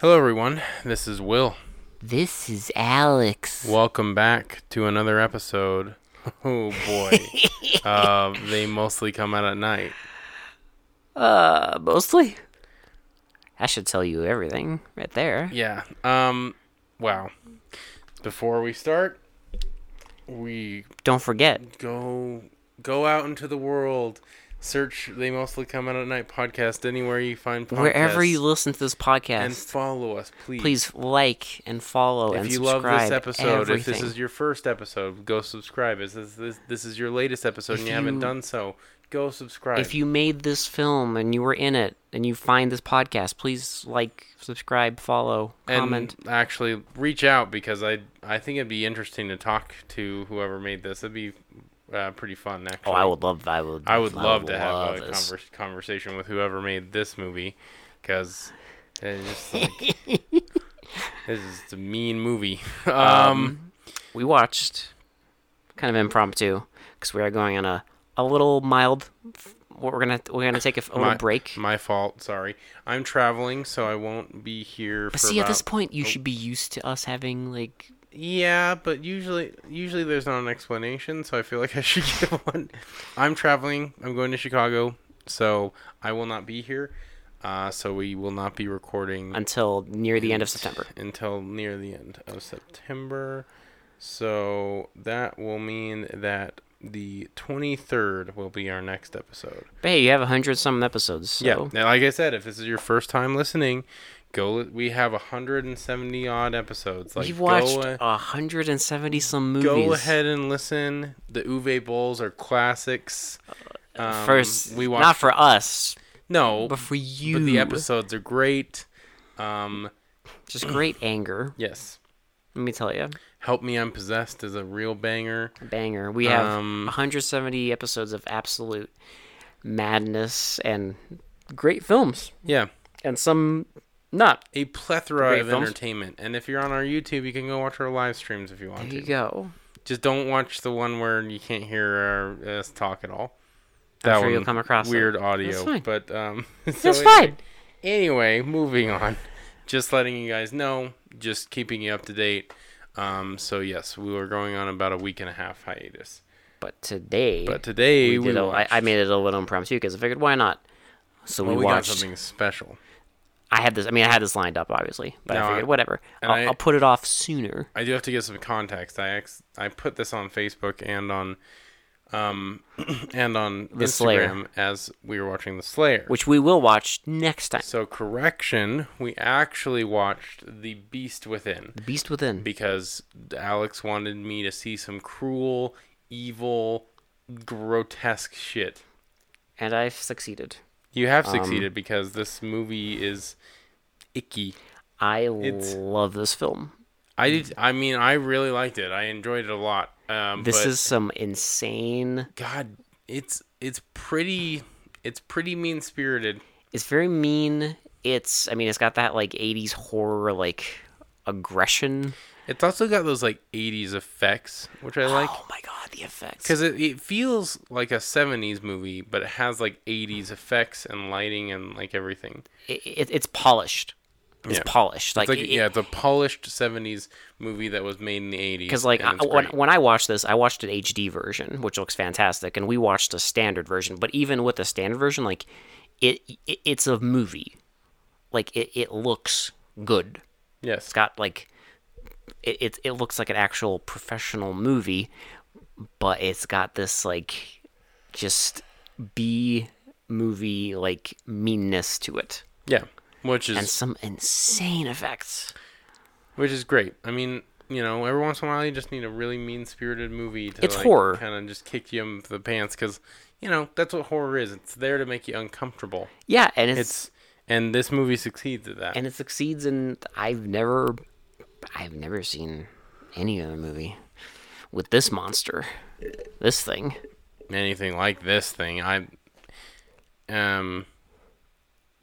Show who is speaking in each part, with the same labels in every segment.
Speaker 1: Hello, everyone. This is Will.
Speaker 2: This is Alex.
Speaker 1: Welcome back to another episode. Oh boy, uh, they mostly come out at night.
Speaker 2: Uh, mostly. I should tell you everything right there.
Speaker 1: Yeah. Um. Wow. Before we start, we
Speaker 2: Don't forget.
Speaker 1: go go out into the world. Search "They Mostly Come Out at Night" podcast anywhere you find podcasts,
Speaker 2: Wherever you listen to this
Speaker 1: and
Speaker 2: podcast,
Speaker 1: follow us, please.
Speaker 2: please like and follow
Speaker 1: If
Speaker 2: and
Speaker 1: you love
Speaker 2: subscribe.
Speaker 1: this episode, if this
Speaker 2: everything.
Speaker 1: is your first episode, go subscribe. If this this, this is your latest episode and you, haven't
Speaker 2: you-
Speaker 1: done so, go subscribe.
Speaker 2: if you made this film and you were in it and you find this podcast, please like, subscribe, follow, comment.
Speaker 1: and actually reach out because I I think it'd be interesting to talk to whoever made this. It'd be uh, pretty fun. Actually,
Speaker 2: Oh, I would love. I would.
Speaker 1: I would love to have
Speaker 2: love
Speaker 1: a
Speaker 2: this.
Speaker 1: convers- conversation with whoever made this movie because it's just like, this is a mean movie. Um,
Speaker 2: We watched, kind of impromptu, because we are going on a a little mild. We're gonna we're gonna take a, f- a
Speaker 1: my
Speaker 2: little break.
Speaker 1: My fault. Sorry. I'm traveling, so I won't be here.
Speaker 2: But
Speaker 1: for
Speaker 2: see, at this
Speaker 1: about-
Speaker 2: point, you should be used to us having like.
Speaker 1: Yeah, but usually usually there's not an explanation, so I feel like I should give one. I'm traveling. I'm going to Chicago, so I will not be here. Uh, so we will not be recording
Speaker 2: until near the end of September.
Speaker 1: until near the end of September. So that will mean that the 23rd will be our next episode.
Speaker 2: But hey, you have a hundred some episodes. So.
Speaker 1: Yeah. Now, like I said, if this is your first time listening, go. li- We have 170 odd episodes. Like
Speaker 2: You've watched
Speaker 1: go, uh,
Speaker 2: a hundred and seventy some movies.
Speaker 1: Go ahead and listen. The Uwe Bowls are classics. Um,
Speaker 2: Uh, First,
Speaker 1: we
Speaker 2: we
Speaker 1: watched
Speaker 2: not for us,
Speaker 1: no,
Speaker 2: but
Speaker 1: but
Speaker 2: for you.
Speaker 1: the episodes are great. Um,
Speaker 2: Just great anger.
Speaker 1: yes,
Speaker 2: Let me tell you,
Speaker 1: help me, I'm possessed is a real banger.
Speaker 2: banger. We have
Speaker 1: Um,
Speaker 2: 170 episodes of absolute madness and great films,
Speaker 1: Yeah,
Speaker 2: and some not.
Speaker 1: a plethora
Speaker 2: Great
Speaker 1: of
Speaker 2: films.
Speaker 1: entertainment. And if you're on our YouTube, you can go watch our live streams if you want
Speaker 2: There
Speaker 1: to.
Speaker 2: you go.
Speaker 1: Just don't watch the one where you can't hear our, us talk at all. That
Speaker 2: sure you'll
Speaker 1: one,
Speaker 2: come across it.
Speaker 1: weird audio,
Speaker 2: That's fine.
Speaker 1: but um, so
Speaker 2: That's
Speaker 1: anyway.
Speaker 2: fine.
Speaker 1: Anyway, moving on. Just letting you guys know, just keeping you up to date. Um, so yes, we were going on about a week and a half hiatus.
Speaker 2: But today,
Speaker 1: But today we,
Speaker 2: we did a- I-
Speaker 1: watched,
Speaker 2: I made it a little impromptu because I figured why not. So
Speaker 1: well,
Speaker 2: we,
Speaker 1: we
Speaker 2: watched.
Speaker 1: got something special.
Speaker 2: I had this. I mean, I had this lined up, obviously, but
Speaker 1: No,
Speaker 2: I
Speaker 1: I-
Speaker 2: figured whatever.
Speaker 1: and
Speaker 2: I'll,
Speaker 1: I-
Speaker 2: I, will put it off sooner.
Speaker 1: I do have to give some context. I ex- I put this on Facebook and on um and on Instagram
Speaker 2: Slayer.
Speaker 1: as we were watching the Slayer.
Speaker 2: Which we will watch next time.
Speaker 1: so correction, we actually watched The Beast Within.
Speaker 2: The Beast Within.
Speaker 1: because Alex wanted me to see some cruel, evil, grotesque shit.
Speaker 2: and I've succeeded.
Speaker 1: You have
Speaker 2: Um,
Speaker 1: succeeded because this movie is icky.
Speaker 2: I
Speaker 1: It's-
Speaker 2: love this film.
Speaker 1: I did. I mean, I really liked it. I enjoyed it a lot. Um,
Speaker 2: This
Speaker 1: but
Speaker 2: is some insane.
Speaker 1: God. It's it's pretty. It's pretty mean spirited.
Speaker 2: It's very mean. It's. I mean, it's got that like '80s horror like aggression.
Speaker 1: It's also got those like '80s effects, which I like
Speaker 2: oh my god, the effects.
Speaker 1: because it, it feels like a '70s movie, but it has like '80s effects and lighting and like everything.
Speaker 2: It, it, it's polished. It's
Speaker 1: Yeah.
Speaker 2: polished. Like,
Speaker 1: It's like
Speaker 2: it-
Speaker 1: yeah, it's a polished '70s movie that was made in the '80s.
Speaker 2: Because like
Speaker 1: and
Speaker 2: I,
Speaker 1: it's
Speaker 2: when,
Speaker 1: great.
Speaker 2: when I watched this, I watched an HD version, which looks fantastic, and we watched a standard version. But even with the standard version, like it, it it's a movie, like it, it looks good.
Speaker 1: yes,
Speaker 2: It's got like it, it it looks like an actual professional movie, but it's got this like just B movie like meanness to it,
Speaker 1: yeah, which is
Speaker 2: and some insane effects.
Speaker 1: which is great. I mean, you know, every once in a while you just need a really mean-spirited movie to
Speaker 2: It's horror.
Speaker 1: kind of just kick you in the pants because you know that's what horror is. It's there to make you uncomfortable.
Speaker 2: Yeah, and it's
Speaker 1: It's and this movie succeeds at that.
Speaker 2: and it succeeds in I've never I've never seen any other movie with this monster. This thing.
Speaker 1: Anything like this thing, I um,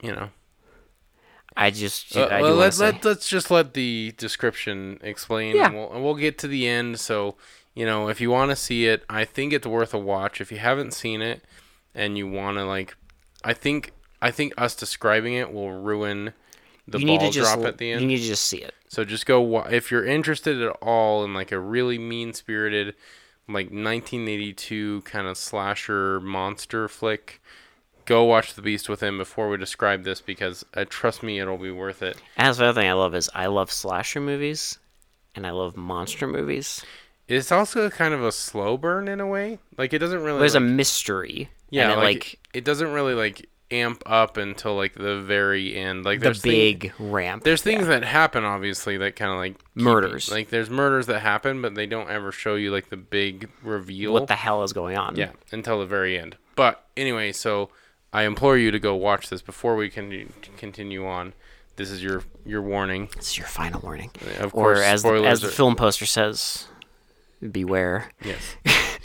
Speaker 1: you know.
Speaker 2: I just
Speaker 1: Uh,
Speaker 2: I
Speaker 1: well,
Speaker 2: do wanna
Speaker 1: let,
Speaker 2: say,
Speaker 1: let, us just let the description explain
Speaker 2: Yeah.
Speaker 1: and, we'll, and we'll get to the end so you know if you want to see it i think it's worth a watch if you haven't seen it and you want to like i think i think us describing it will ruin the
Speaker 2: you
Speaker 1: ball
Speaker 2: need to just
Speaker 1: drop at the end.
Speaker 2: you need to just see it.
Speaker 1: So just go wa- if you're interested at all in like a really mean spirited, like 1982 kind of slasher monster flick. Go watch The Beast Within before we describe this because uh, trust me, it'll be worth it.
Speaker 2: As the other thing I love is I love slasher movies, and I love monster movies.
Speaker 1: It's also kind of a slow burn in a way. Like it doesn't really.
Speaker 2: There's a
Speaker 1: like-
Speaker 2: mystery.
Speaker 1: yeah,
Speaker 2: and it,
Speaker 1: like,
Speaker 2: like,
Speaker 1: it, doesn't really like amp up until like the very end. Like
Speaker 2: the
Speaker 1: there's thing-
Speaker 2: big ramp.
Speaker 1: there's things that happen obviously that kind of like keep-
Speaker 2: Murders.
Speaker 1: Like there's murders that happen, but they don't ever show you like the big reveal.
Speaker 2: what the hell is going on?
Speaker 1: Yeah, until the very end. But anyway, so I implore you to go watch this before we can continue on. This is your your warning.
Speaker 2: This is your final warning.
Speaker 1: Of
Speaker 2: Or
Speaker 1: course,
Speaker 2: as the,
Speaker 1: spoilers
Speaker 2: as the
Speaker 1: are-
Speaker 2: film poster says, beware.
Speaker 1: Yes.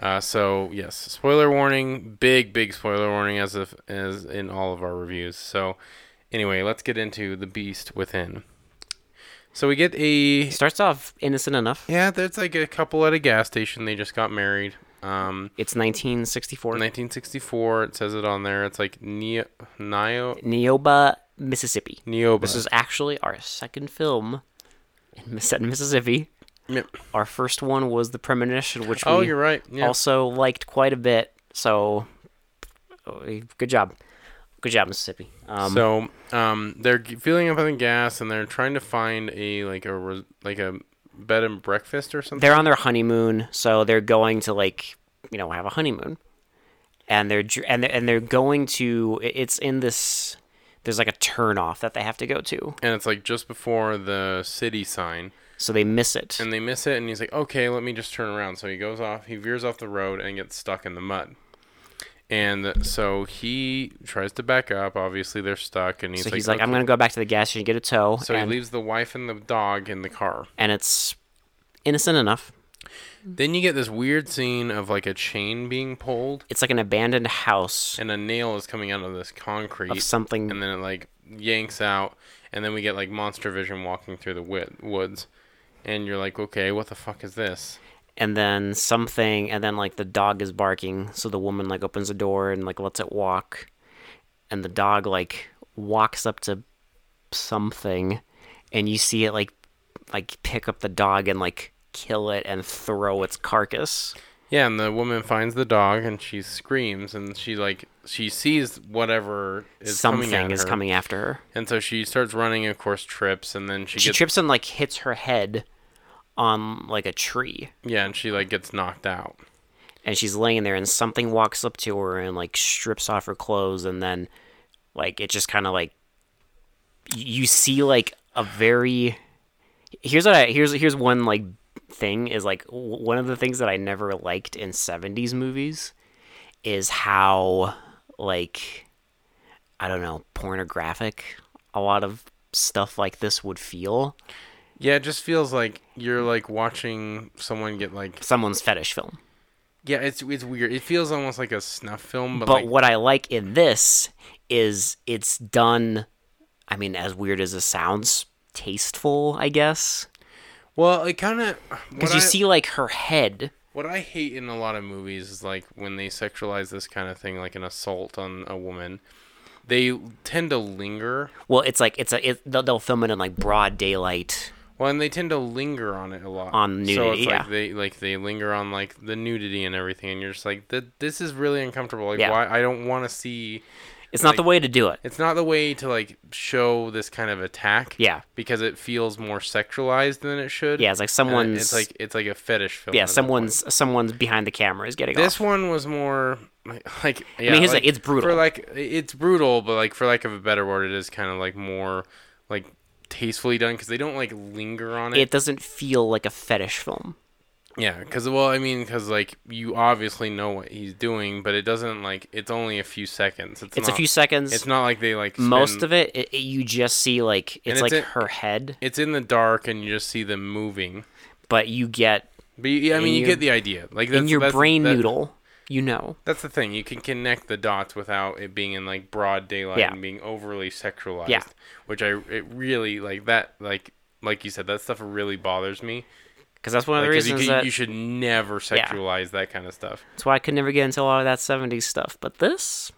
Speaker 1: uh, so yes, spoiler warning, big big spoiler warning, as if as in all of our reviews. So anyway, let's get into the Beast Within. So we get a
Speaker 2: Starts off innocent enough.
Speaker 1: yeah, there's like a couple at a gas station. They just got married. Um,
Speaker 2: It's 1964.
Speaker 1: 1964. It says it on there. It's like Neo Neo
Speaker 2: Neoba, Mississippi.
Speaker 1: Neoba.
Speaker 2: This is actually our second film in Miss- set in Mississippi.
Speaker 1: Yep.
Speaker 2: Our first one was The Premonition, which
Speaker 1: Oh,
Speaker 2: we
Speaker 1: you're right. Yeah.
Speaker 2: also liked quite a bit. So, oh, good job. Good job, Mississippi. Um,
Speaker 1: so, um, they're g- filling up on the gas and they're trying to find a like a res- like a bed and breakfast or something.
Speaker 2: they're on their honeymoon, so they're going to like you know have a honeymoon, and they're dr- and they're, and they're going to. it- It's in this. There's like a turn off that they have to go to,
Speaker 1: and it's like just before the city sign,
Speaker 2: so they miss it.
Speaker 1: and they miss it. And he's like, "Okay, let me just turn around." So he goes off. He veers off the road and gets stuck in the mud. And so he tries to back up. Obviously, they're stuck, and he's
Speaker 2: so
Speaker 1: like,
Speaker 2: he's like, "I'm
Speaker 1: "Okay."
Speaker 2: gonna go back to the gas station and get a tow,"
Speaker 1: So
Speaker 2: and,
Speaker 1: he leaves the wife and the dog in the car.
Speaker 2: and it's innocent enough.
Speaker 1: Then you get this weird scene of like a chain being pulled,
Speaker 2: It's like an abandoned house
Speaker 1: and a nail is coming out of this concrete.
Speaker 2: of something.
Speaker 1: and then it like yanks out, and then we get like Monster Vision walking through the wi- woods, and you're like, okay, what the fuck is this?
Speaker 2: and then something and then like the dog is barking so the woman like opens the door and like lets it walk and the dog like walks up to something and you see it like like pick up the dog and like kill it and throw its carcass
Speaker 1: Yeah, and the woman finds the dog, and she screams, and she like she sees whatever is
Speaker 2: something
Speaker 1: coming at
Speaker 2: is
Speaker 1: her,
Speaker 2: coming after her
Speaker 1: and so she starts running. Of course, trips, and then she,
Speaker 2: she
Speaker 1: gets
Speaker 2: trips and like hits her head on like a tree
Speaker 1: yeah, and she like gets knocked out.
Speaker 2: and she's laying there and something walks up to her and like strips off her clothes and then like it just kind of like y- you see like a very here's what I here's here's one like thing is like w- one of the things that I never liked in 70s movies is how like I don't know pornographic a lot of stuff like this would feel
Speaker 1: Yeah, it just feels like you're like watching someone get like
Speaker 2: someone's fetish film
Speaker 1: yeah, it's it's weird. It feels almost like a snuff film, but,
Speaker 2: But
Speaker 1: like,
Speaker 2: what I like in this is it's done. I mean, as weird as it sounds, tasteful, I guess.
Speaker 1: well, it kind of
Speaker 2: Because you see, like her head.
Speaker 1: What I hate in a lot of movies is like when they sexualize this kind of thing, like an assault on a woman. They tend to linger.
Speaker 2: Well, it's like it's a. It, they'll, they'll film it in like broad daylight.
Speaker 1: Well, and they tend to linger on it a lot.
Speaker 2: On
Speaker 1: so
Speaker 2: nudity,
Speaker 1: it's
Speaker 2: yeah.
Speaker 1: like they like they linger on like the nudity and everything, and you're just like, "Th- this is really uncomfortable. Like,
Speaker 2: Yeah.
Speaker 1: why? I don't want to see.
Speaker 2: It's not the way to do it.
Speaker 1: It's not the way to like show this kind of attack.
Speaker 2: Yeah.
Speaker 1: because it feels more sexualized than it should.
Speaker 2: Yeah, it's like
Speaker 1: And
Speaker 2: someone's.
Speaker 1: It's like it's like a fetish film.
Speaker 2: yeah,
Speaker 1: at that point.
Speaker 2: someone's someone's behind the camera is getting
Speaker 1: This
Speaker 2: off.
Speaker 1: one was more like, like yeah,
Speaker 2: here's the thing, it's brutal.
Speaker 1: For like it's brutal, but like for lack of a better word, it is kind of like more like tastefully done because they don't like linger on it.
Speaker 2: It doesn't feel like a fetish film.
Speaker 1: yeah, because well, I mean, because like you obviously know what he's doing, but it doesn't like it's only a few seconds. It's,
Speaker 2: It's a
Speaker 1: not-
Speaker 2: few seconds.
Speaker 1: It's not like they like
Speaker 2: Most
Speaker 1: spend-
Speaker 2: of it, it, it- you just see like it's
Speaker 1: it's
Speaker 2: like
Speaker 1: in-
Speaker 2: her head,
Speaker 1: It's in the dark, and you just see them moving.
Speaker 2: but you get
Speaker 1: But you, I mean, you
Speaker 2: your-
Speaker 1: get the idea. Like
Speaker 2: in
Speaker 1: that's-
Speaker 2: your
Speaker 1: that's-
Speaker 2: brain
Speaker 1: that-
Speaker 2: noodle. You know.
Speaker 1: That's the thing. You can connect the dots without it being in like broad daylight
Speaker 2: Yeah.
Speaker 1: and being overly sexualized.
Speaker 2: Yeah.
Speaker 1: Which I it really like that like like you said that stuff really bothers me
Speaker 2: Because that's one of the
Speaker 1: because
Speaker 2: reasons
Speaker 1: you,
Speaker 2: that
Speaker 1: you should never sexualize that kind of stuff.
Speaker 2: that's why I could never get into a lot of that '70s stuff. But this,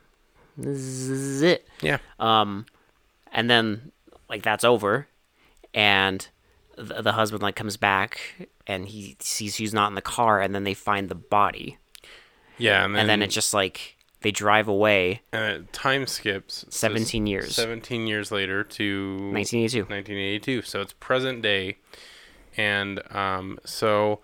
Speaker 2: this is it.
Speaker 1: Yeah.
Speaker 2: Um, and then like that's over, and the, the husband like comes back and he sees who's not in the car, and then they find the body,
Speaker 1: Yeah, and then,
Speaker 2: and then it's just like they drive away.
Speaker 1: uh, time skips so
Speaker 2: 17
Speaker 1: s-
Speaker 2: years.
Speaker 1: 17 years later to
Speaker 2: 1982.
Speaker 1: 1982. So it's present day. And um, so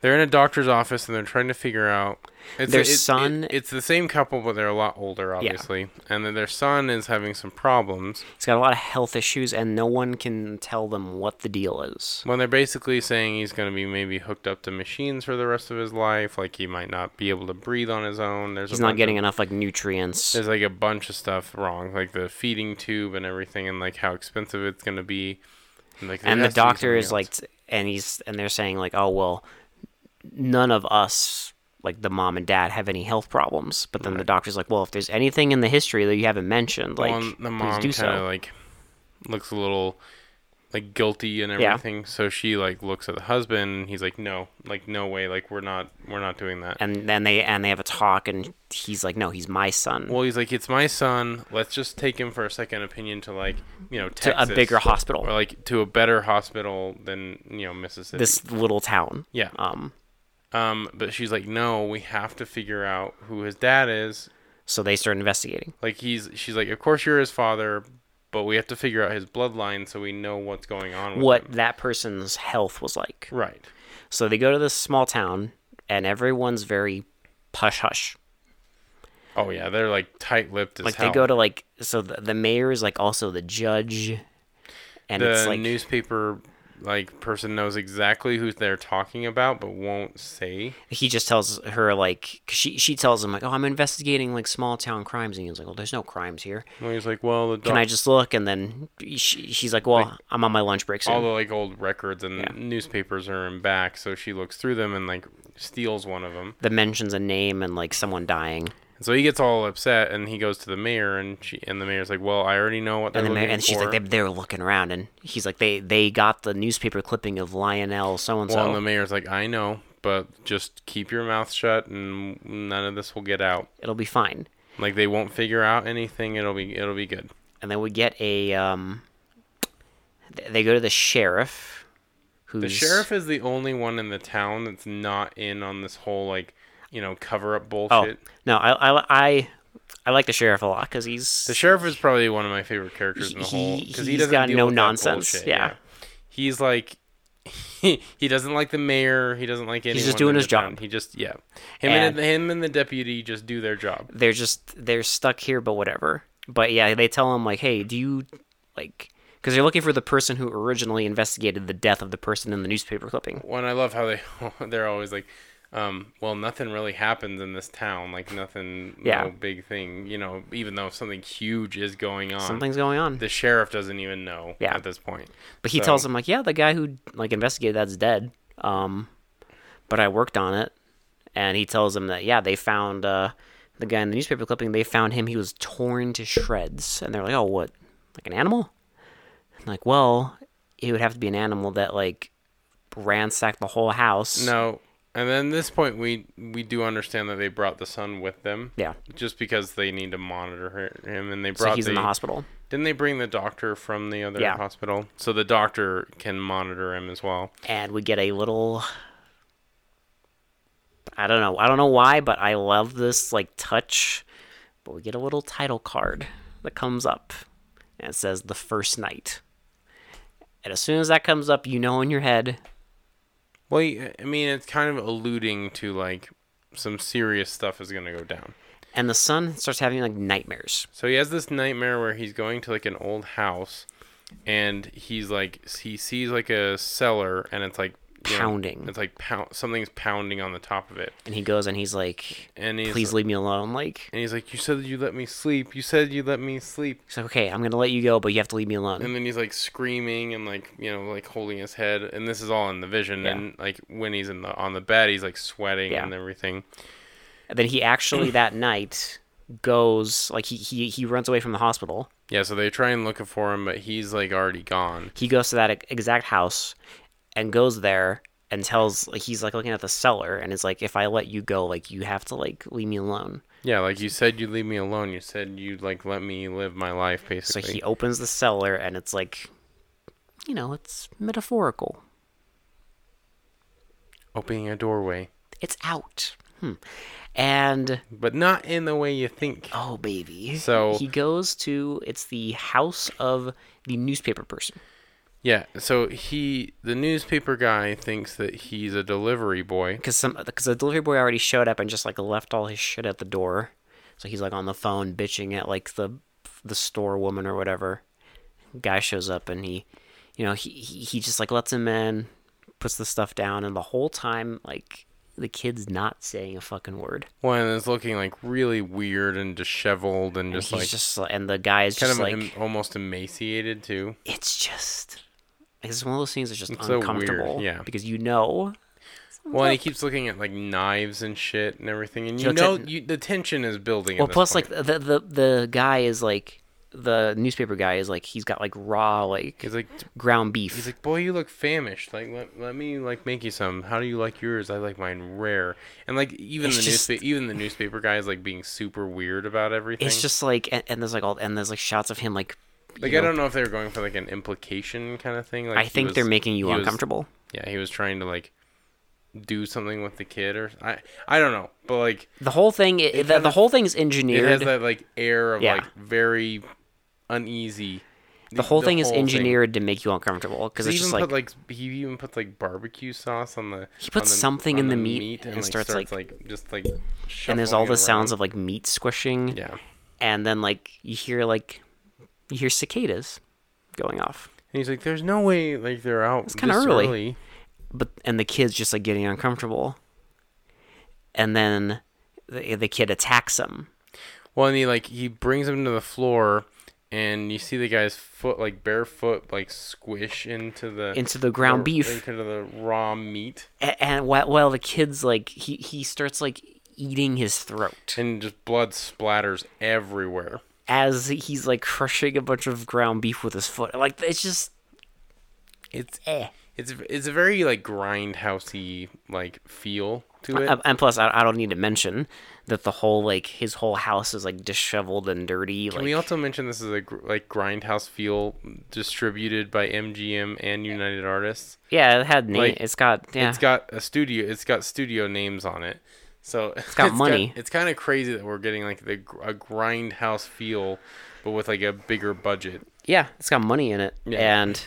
Speaker 1: they're in a doctor's office and they're trying to figure out it's
Speaker 2: Their
Speaker 1: it- it-
Speaker 2: son-
Speaker 1: it's the same couple, but they're a lot older, obviously. And then their son is having some problems.
Speaker 2: He's got a lot of health issues, and no one can tell them what the deal is.
Speaker 1: When they're basically saying he's going to be maybe hooked up to machines for the rest of his life, like he might not be able to breathe on his own. There's
Speaker 2: He's
Speaker 1: a bunch
Speaker 2: not
Speaker 1: of-
Speaker 2: getting enough like nutrients.
Speaker 1: there's like a bunch of stuff wrong, like the feeding tube and everything, and like how expensive it's going to be. And, like, there
Speaker 2: and the
Speaker 1: has to be
Speaker 2: doctor is
Speaker 1: something
Speaker 2: like
Speaker 1: else.
Speaker 2: t- and he's and they're saying like oh well none of us like the mom and dad have any health problems but then the doctor's like well if there's anything in the history that you haven't mentioned like
Speaker 1: Well, and the
Speaker 2: please
Speaker 1: mom
Speaker 2: do
Speaker 1: kind
Speaker 2: so
Speaker 1: of like looks a little like guilty and
Speaker 2: Yeah.
Speaker 1: everything. So she like looks at the husband. and He's like, no, like no way, like we're not, we're not doing that.
Speaker 2: and then they and they have a talk and he's like no he's my son
Speaker 1: well, he's like, it's my son. Let's just take him for a second opinion to like, you know,
Speaker 2: to
Speaker 1: Texas
Speaker 2: a bigger hospital
Speaker 1: or like to a better hospital than you know Mississippi.
Speaker 2: this little town
Speaker 1: yeah.
Speaker 2: um
Speaker 1: Um, but she's like, no, we have to figure out who his dad is
Speaker 2: so they start investigating
Speaker 1: Like he's she's like, of course you're his father, but we have to figure out his bloodline so we know what's going on. With
Speaker 2: what
Speaker 1: him."
Speaker 2: that person's health was like
Speaker 1: Right.
Speaker 2: So they go to this small town, and everyone's very hush hush.
Speaker 1: Oh yeah, they're like tight-lipped as
Speaker 2: Like
Speaker 1: hell.
Speaker 2: they go to like so the, the mayor is like also the judge, and
Speaker 1: the
Speaker 2: it's like
Speaker 1: newspaper like person knows exactly who they're talking about, but won't say.
Speaker 2: he just tells her like 'cause she she tells him like oh I'm investigating like small town crimes, and he's like well there's no crimes here.
Speaker 1: And he's like, well, the doc-
Speaker 2: Can I just look? And then she, she's like well I'm on my lunch break soon.
Speaker 1: all the like old records and newspapers are in back, so she looks through them and like steals one of them.
Speaker 2: that mentions a name and like someone dying,
Speaker 1: And so he gets all upset and he goes to the mayor and she and the mayor's like, well, I already know what they're
Speaker 2: and the
Speaker 1: looking
Speaker 2: mayor, and
Speaker 1: for.
Speaker 2: she's like they, they were looking around, and he's like they they got the newspaper clipping of Lionel so and
Speaker 1: Well, and the
Speaker 2: so.
Speaker 1: mayor's like, I know, but just keep your mouth shut, and none of this will get out.
Speaker 2: It'll be fine.
Speaker 1: Like they won't figure out anything. It'll be it'll be good.
Speaker 2: and then we get a um th- they go to the sheriff who's
Speaker 1: The sheriff is the only one in the town that's not in on this whole like you know cover up
Speaker 2: oh
Speaker 1: bullshit.
Speaker 2: no I, I i i like the sheriff a lot because he's
Speaker 1: The sheriff is probably one of my favorite characters in the whole
Speaker 2: He-
Speaker 1: because he
Speaker 2: he's
Speaker 1: doesn't
Speaker 2: got
Speaker 1: deal
Speaker 2: no
Speaker 1: with that
Speaker 2: nonsense,
Speaker 1: bullshit,
Speaker 2: yeah.
Speaker 1: he's like. He, he doesn't like the mayor. He doesn't like anyone.
Speaker 2: just doing
Speaker 1: in
Speaker 2: his
Speaker 1: the town.
Speaker 2: job.
Speaker 1: He just yeah. Him
Speaker 2: And-
Speaker 1: and, him and the deputy just do their job.
Speaker 2: they're just they're stuck here but whatever but yeah they tell him like hey do you like because they're looking for the person who originally investigated the death of the person in the newspaper clipping
Speaker 1: Well, and I love how they they're always like, um, well, nothing really happens in this town, like nothing,
Speaker 2: Yeah.
Speaker 1: no big thing, you know. Even though something huge is going on,
Speaker 2: something's going on
Speaker 1: the sheriff doesn't even know
Speaker 2: Yeah.
Speaker 1: at this point.
Speaker 2: but he
Speaker 1: so-
Speaker 2: tells him like yeah the guy who like investigated that's dead um but i worked on it and he tells him that yeah they found uh the guy in the newspaper clipping they found him he was torn to shreds and they're like oh what like an animal and like well it would have to be an animal that like ransacked the whole house
Speaker 1: No, and then this point we we do understand that they brought the son with them,
Speaker 2: yeah
Speaker 1: just because they need to monitor her, him, and they
Speaker 2: so
Speaker 1: brought
Speaker 2: he's in the
Speaker 1: the-
Speaker 2: hospital
Speaker 1: Didn't they bring the doctor from the other
Speaker 2: Yeah.
Speaker 1: hospital? So the doctor can monitor him as well.
Speaker 2: and we get a little i don't know i don't know why but i love this like touch but we get a little title card that comes up and it says the first night and as soon as that comes up you know in your head
Speaker 1: Well, y- I mean, it's kind of alluding to like some serious stuff is going to go down.
Speaker 2: and the son starts having like nightmares
Speaker 1: So he has this nightmare where he's going to like an old house, and he's like he sees like a cellar, and it's like you know,
Speaker 2: Pounding.
Speaker 1: it's like pound something's pounding on the top of it,
Speaker 2: and he goes and he's like
Speaker 1: and he's
Speaker 2: please leave me alone like
Speaker 1: and he's like, "You said you let me sleep. You said you let me sleep."
Speaker 2: he's like okay i'm gonna let you go but you have to leave me alone
Speaker 1: And then he's like screaming and like you know like holding his head, and this is all in the vision.
Speaker 2: Yeah.
Speaker 1: And like when he's in the on the bed, he's like sweating
Speaker 2: Yeah.
Speaker 1: and everything.
Speaker 2: and then he actually that night goes like he, he he runs away from the hospital
Speaker 1: Yeah, so they try and look for him, but he's like already gone.
Speaker 2: he goes to that ex- exact house and goes there and tells like he's like looking at the cellar and is like if i let you go like you have to like leave me alone
Speaker 1: Yeah, like you said, you'd leave me alone. You said you'd like let me live my life,
Speaker 2: So
Speaker 1: basically.
Speaker 2: he opens the cellar and it's like, you know, it's metaphorical.
Speaker 1: Opening a doorway,
Speaker 2: It's out. Hmm. And
Speaker 1: but not in the way you think.
Speaker 2: oh baby.
Speaker 1: So-
Speaker 2: he goes to it's the house of the newspaper person.
Speaker 1: Yeah. So he, the newspaper guy, thinks that he's a delivery boy.
Speaker 2: because some because the delivery boy already showed up and just like left all his shit at the door, so he's like on the phone bitching at like the the store woman or whatever. Guy shows up and he, you know, he he he just like lets him in, puts the stuff down, and the whole time like the kid's not saying a fucking word.
Speaker 1: One is looking like really weird and disheveled and just
Speaker 2: he's
Speaker 1: like
Speaker 2: just like- and the guy is
Speaker 1: kind
Speaker 2: just
Speaker 1: of
Speaker 2: like
Speaker 1: em- almost emaciated too.
Speaker 2: it's just it's one of those things that's just
Speaker 1: It's so weird,
Speaker 2: uncomfortable.
Speaker 1: yeah.
Speaker 2: because you know.
Speaker 1: Well, and he keeps looking at like knives and shit and everything, and you
Speaker 2: Looks
Speaker 1: know
Speaker 2: at-
Speaker 1: you, the tension is building.
Speaker 2: Well, plus like the, the the guy is like the newspaper guy is like he's got like raw like
Speaker 1: he's like,
Speaker 2: ground beef.
Speaker 1: he's like, boy, you look famished. Like, let, let me like make you some. How do you like yours? I like mine rare. And like even
Speaker 2: It's
Speaker 1: the
Speaker 2: just-
Speaker 1: newspaper, even the newspaper guy is like being super weird about everything.
Speaker 2: it's just like and, and there's like all and there's like shots of him like. you
Speaker 1: like I
Speaker 2: know,
Speaker 1: don't know if they were going for like an implication kind of thing. Like
Speaker 2: I
Speaker 1: he
Speaker 2: think they're
Speaker 1: was-
Speaker 2: making you
Speaker 1: he was-
Speaker 2: uncomfortable.
Speaker 1: yeah, he was trying to like do something with the kid or I I don't know, but like
Speaker 2: The whole thing, i the,
Speaker 1: kind
Speaker 2: the
Speaker 1: of-
Speaker 2: whole thing's
Speaker 1: it
Speaker 2: engineered.
Speaker 1: has that like air of
Speaker 2: Yeah.
Speaker 1: like very uneasy.
Speaker 2: the whole thing is
Speaker 1: whole
Speaker 2: engineered to make you uncomfortable because
Speaker 1: He
Speaker 2: it's
Speaker 1: even
Speaker 2: just
Speaker 1: put
Speaker 2: like,
Speaker 1: like, he even puts like barbecue sauce on the
Speaker 2: He puts
Speaker 1: on the-
Speaker 2: something
Speaker 1: on
Speaker 2: in
Speaker 1: the
Speaker 2: the meat and
Speaker 1: like,
Speaker 2: starts,
Speaker 1: like, just like
Speaker 2: and there's
Speaker 1: shuffling
Speaker 2: all
Speaker 1: it
Speaker 2: the sounds
Speaker 1: around.
Speaker 2: of like meat squishing,
Speaker 1: yeah. And
Speaker 2: and then like you hear like you hear cicadas going off,
Speaker 1: he's like, "There's no way like they're out it's
Speaker 2: kinda
Speaker 1: this
Speaker 2: early.
Speaker 1: early.
Speaker 2: but and the kid's just like getting uncomfortable, and then the, the kid attacks him.
Speaker 1: Well, and he like he brings him to the floor, and you see the guy's foot like barefoot like squish into the
Speaker 2: Into the ground
Speaker 1: or
Speaker 2: beef.
Speaker 1: into the raw meat,
Speaker 2: A- and while, while the kid's like he he starts like eating his throat
Speaker 1: and just blood splatters everywhere.
Speaker 2: as he's like crushing a bunch of ground beef with his foot like it's just
Speaker 1: It's
Speaker 2: eh.
Speaker 1: it's it's a very like grindhousey like feel to it.
Speaker 2: um, and and plus I, I don't need to mention that the whole like his whole house is like disheveled and dirty like
Speaker 1: Can we also mention this is a gr- like grindhouse feel distributed by MGM and United Artists?
Speaker 2: yeah it had name
Speaker 1: like,
Speaker 2: it's got yeah
Speaker 1: It's got a studio. It's got studio names on it. So it's
Speaker 2: got money.
Speaker 1: it's kind of crazy that we're getting like the gr- a grindhouse feel, but with like a bigger budget.
Speaker 2: yeah it's got money in it
Speaker 1: Yeah.
Speaker 2: and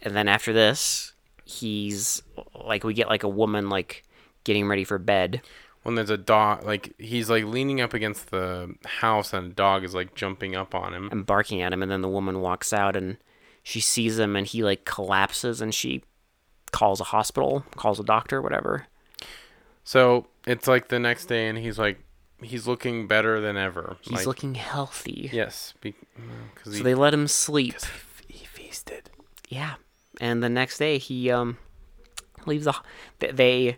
Speaker 2: and then after this he's like we get like a woman like getting ready for bed
Speaker 1: When there's a dog, like he's like leaning up against the house, and a dog is like jumping up on him.
Speaker 2: and barking at him and then the woman walks out and she sees him and he like collapses and she calls a hospital calls a doctor whatever
Speaker 1: So it's like the next day, and he's like he's looking better than ever.
Speaker 2: he's
Speaker 1: like,
Speaker 2: looking healthy
Speaker 1: yes, because
Speaker 2: so
Speaker 1: he,
Speaker 2: they let him sleep
Speaker 1: he feasted.
Speaker 2: yeah and the next day he um leaves the th- they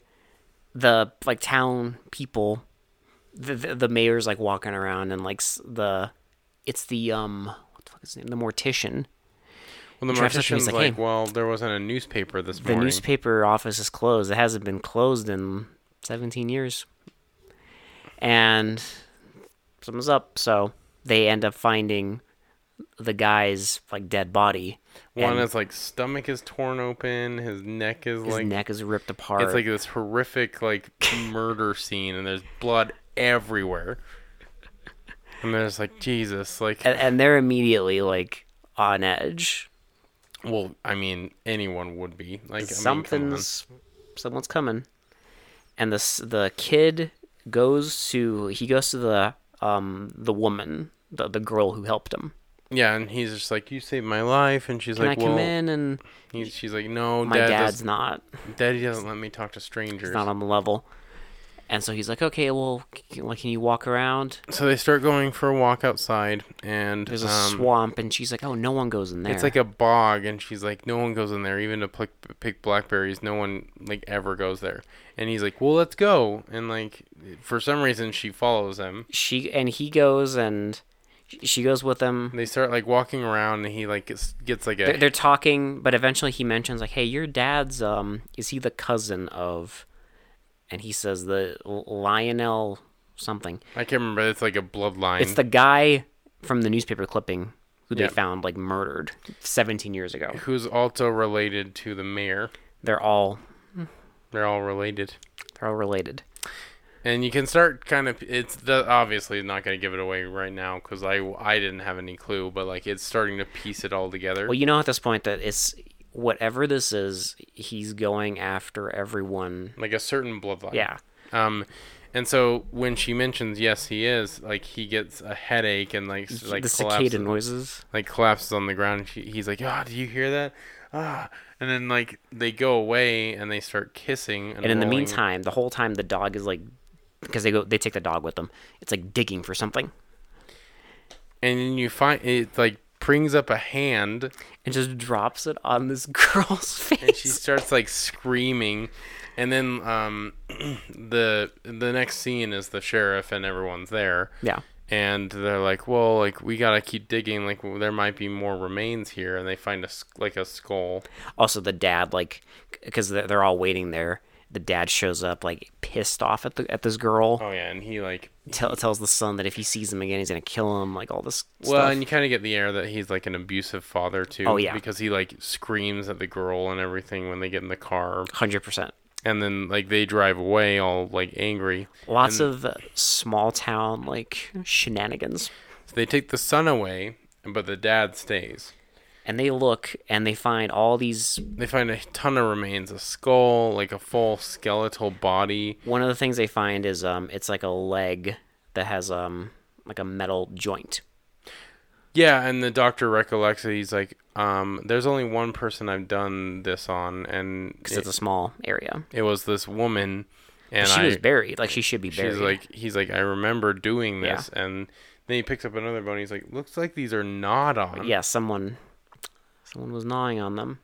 Speaker 2: the like town people the, the the mayor's like walking around and like s- the it's the um what the fuck is his name the mortician
Speaker 1: Well, the
Speaker 2: Travis looked at me, he's
Speaker 1: mortician's like,
Speaker 2: like, "Hey."
Speaker 1: well, there wasn't a newspaper this
Speaker 2: the
Speaker 1: morning.
Speaker 2: newspaper office is closed. It hasn't been closed in 17 years. And something's up. So they end up finding the guy's like dead body.
Speaker 1: One
Speaker 2: and
Speaker 1: is like stomach is torn open, his neck is
Speaker 2: his
Speaker 1: like
Speaker 2: neck is ripped apart.
Speaker 1: it's like this horrific like murder scene, and there's blood everywhere. And there's like Jesus, like
Speaker 2: and, and they're immediately like on edge.
Speaker 1: well, I mean, anyone would be like I mean, come on.
Speaker 2: something's someone's coming and this the kid goes to he goes to the um the woman the, the girl who helped him
Speaker 1: yeah, and he's just like, "You saved my life," and she's
Speaker 2: can
Speaker 1: like,
Speaker 2: i come
Speaker 1: "Well,"
Speaker 2: in and
Speaker 1: he's, she's like, "No,
Speaker 2: my
Speaker 1: Dad,
Speaker 2: dad's
Speaker 1: does,
Speaker 2: not
Speaker 1: Daddy doesn't let me talk to strangers."
Speaker 2: not on the level. And so he's like, okay, well, can, like, can you walk around?
Speaker 1: So they start going for a walk outside, and
Speaker 2: There's a
Speaker 1: um,
Speaker 2: swamp, and she's like, oh, no one goes in there.
Speaker 1: It's like a bog, and she's like, no one goes in there, even to pick, pick blackberries. No one like ever goes there. And he's like, well, let's go. And like, for some reason, she follows him.
Speaker 2: she and he goes, and sh- she goes with him.
Speaker 1: And they start like walking around, and he like gets, gets like a
Speaker 2: They're, they're talking, but eventually he mentions like, hey, your dad's um, is he the cousin of? And he says the L- Lionel something.
Speaker 1: I can't remember. It's like a bloodline.
Speaker 2: It's the guy from the newspaper clipping who
Speaker 1: Mm-hmm. Yeah.
Speaker 2: they found like murdered 17 years ago.
Speaker 1: who's also related to the mayor.
Speaker 2: They're all
Speaker 1: They're all related.
Speaker 2: they're all related.
Speaker 1: And you can start kind of. It's the, obviously not going to give it away right now because I, I didn't have any clue, but like it's starting to piece it all together.
Speaker 2: Well, you know at this point that it's whatever this is, he's going after everyone.
Speaker 1: like a certain bloodline.
Speaker 2: Yeah.
Speaker 1: Um, and so when she mentions yes, he is like he gets a headache and like s- like
Speaker 2: the
Speaker 1: collapses,
Speaker 2: cicada noises.
Speaker 1: like collapses on the ground. And she, he's like, ah, do you hear that? Ah, and then like they go away and they start kissing. And,
Speaker 2: And in the
Speaker 1: rolling.
Speaker 2: meantime, the whole time the dog is like because they go they take the dog with them. It's like digging for something.
Speaker 1: and then you find it like brings up a hand
Speaker 2: and just drops it on this girl's face.
Speaker 1: and she starts like screaming and then um the the next scene is the sheriff and everyone's there
Speaker 2: yeah.
Speaker 1: and they're like well like we gotta keep digging like well, there might be more remains here and they find a s- like a skull
Speaker 2: Also, the dad, like, because they're they're all waiting there. The dad shows up, like, pissed off at the at this girl.
Speaker 1: oh yeah and he like
Speaker 2: Tell, tells the son that if he sees him again, he's gonna kill him. Like all this
Speaker 1: well
Speaker 2: stuff.
Speaker 1: and you kind of get the air that he's like an abusive father too
Speaker 2: Oh, yeah.
Speaker 1: because he like screams at the girl and everything when they get in the car
Speaker 2: Hundred percent.
Speaker 1: and then like they drive away all like angry
Speaker 2: Lots of of small town like shenanigans.
Speaker 1: so they take the son away but the dad stays
Speaker 2: And they look and they find all these.
Speaker 1: They find a ton of remains, a skull, like a full skeletal body.
Speaker 2: One of the things they find is um, it's like a leg that has um, like a metal joint.
Speaker 1: Yeah, and the doctor recollects it. He's like, um, there's only one person I've done this on, and
Speaker 2: 'Cause
Speaker 1: it,
Speaker 2: it's a small area.
Speaker 1: it was this woman. And
Speaker 2: she
Speaker 1: I,
Speaker 2: was buried. Like she should be buried.
Speaker 1: she's like, he's like, I remember doing this, and then he picks up another bone. He's like, looks like these are not on.
Speaker 2: yeah, someone someone was gnawing on them.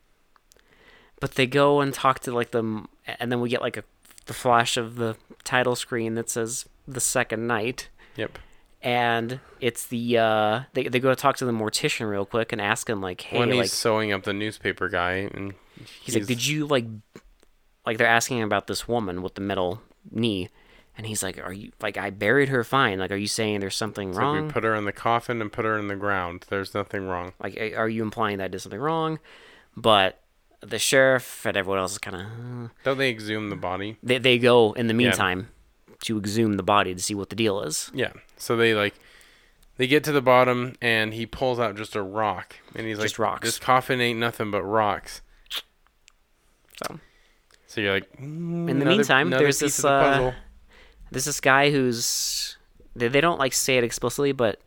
Speaker 2: But they go and talk to like them and then we get like a the flash of the title screen that says the second night
Speaker 1: Yep.
Speaker 2: and it's the uh they they go to talk to the mortician real quick and ask him like hey
Speaker 1: when he's
Speaker 2: like
Speaker 1: sewing up the newspaper guy, and
Speaker 2: he's like did you like like they're asking him about this woman with the metal knee and he's like are you like I buried her fine like are you saying there's something
Speaker 1: like,
Speaker 2: wrong
Speaker 1: we put her in the coffin and put her in the ground. There's nothing wrong.
Speaker 2: Like, a- are you implying that I did something wrong? But the sheriff and everyone else is kind of.
Speaker 1: Don't they exhume the body?
Speaker 2: They, they go in the meantime to exhume the body to see what the deal is.
Speaker 1: Yeah. So they like they get to the bottom and he pulls out just a rock and he's like
Speaker 2: Just rocks.
Speaker 1: This coffin ain't nothing but rocks.
Speaker 2: So
Speaker 1: So you're like "Mm, In
Speaker 2: the meantime, there's this, uh, there's this guy who's they, they don't like say it explicitly, but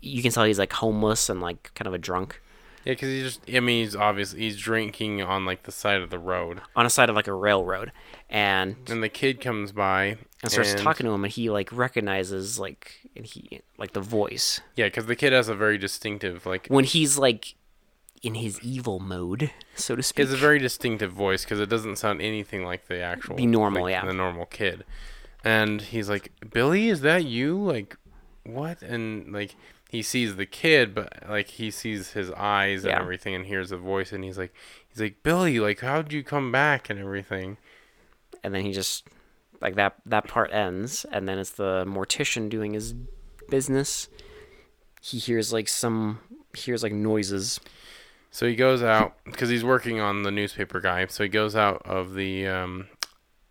Speaker 2: you can tell he's like homeless and like kind of a drunk
Speaker 1: Yeah, cuz he's just I mean he's obviously he's drinking on like the side of the road.
Speaker 2: on a side of like a railroad, and
Speaker 1: And the kid comes by
Speaker 2: and starts talking to him, and he like recognizes like and he like the voice
Speaker 1: Yeah, cuz the kid has a very distinctive like
Speaker 2: when he's like in his evil mode, so to
Speaker 1: he
Speaker 2: speak.
Speaker 1: has a very distinctive voice cuz it doesn't sound anything like the actual
Speaker 2: Be normal,
Speaker 1: like,
Speaker 2: yeah.
Speaker 1: the normal kid. And he's like, "Billy, is that you?" Like, what? And like, he sees the kid, but like, he sees his eyes and
Speaker 2: Yeah.
Speaker 1: everything, and hears the voice, and he's like, he's like, "Billy, like, how'd you come back?" And everything.
Speaker 2: and then he just like that that part ends and then it's the mortician doing his business he hears like some hears like noises
Speaker 1: So he goes out because he's working on the newspaper guy. So he goes out of the um,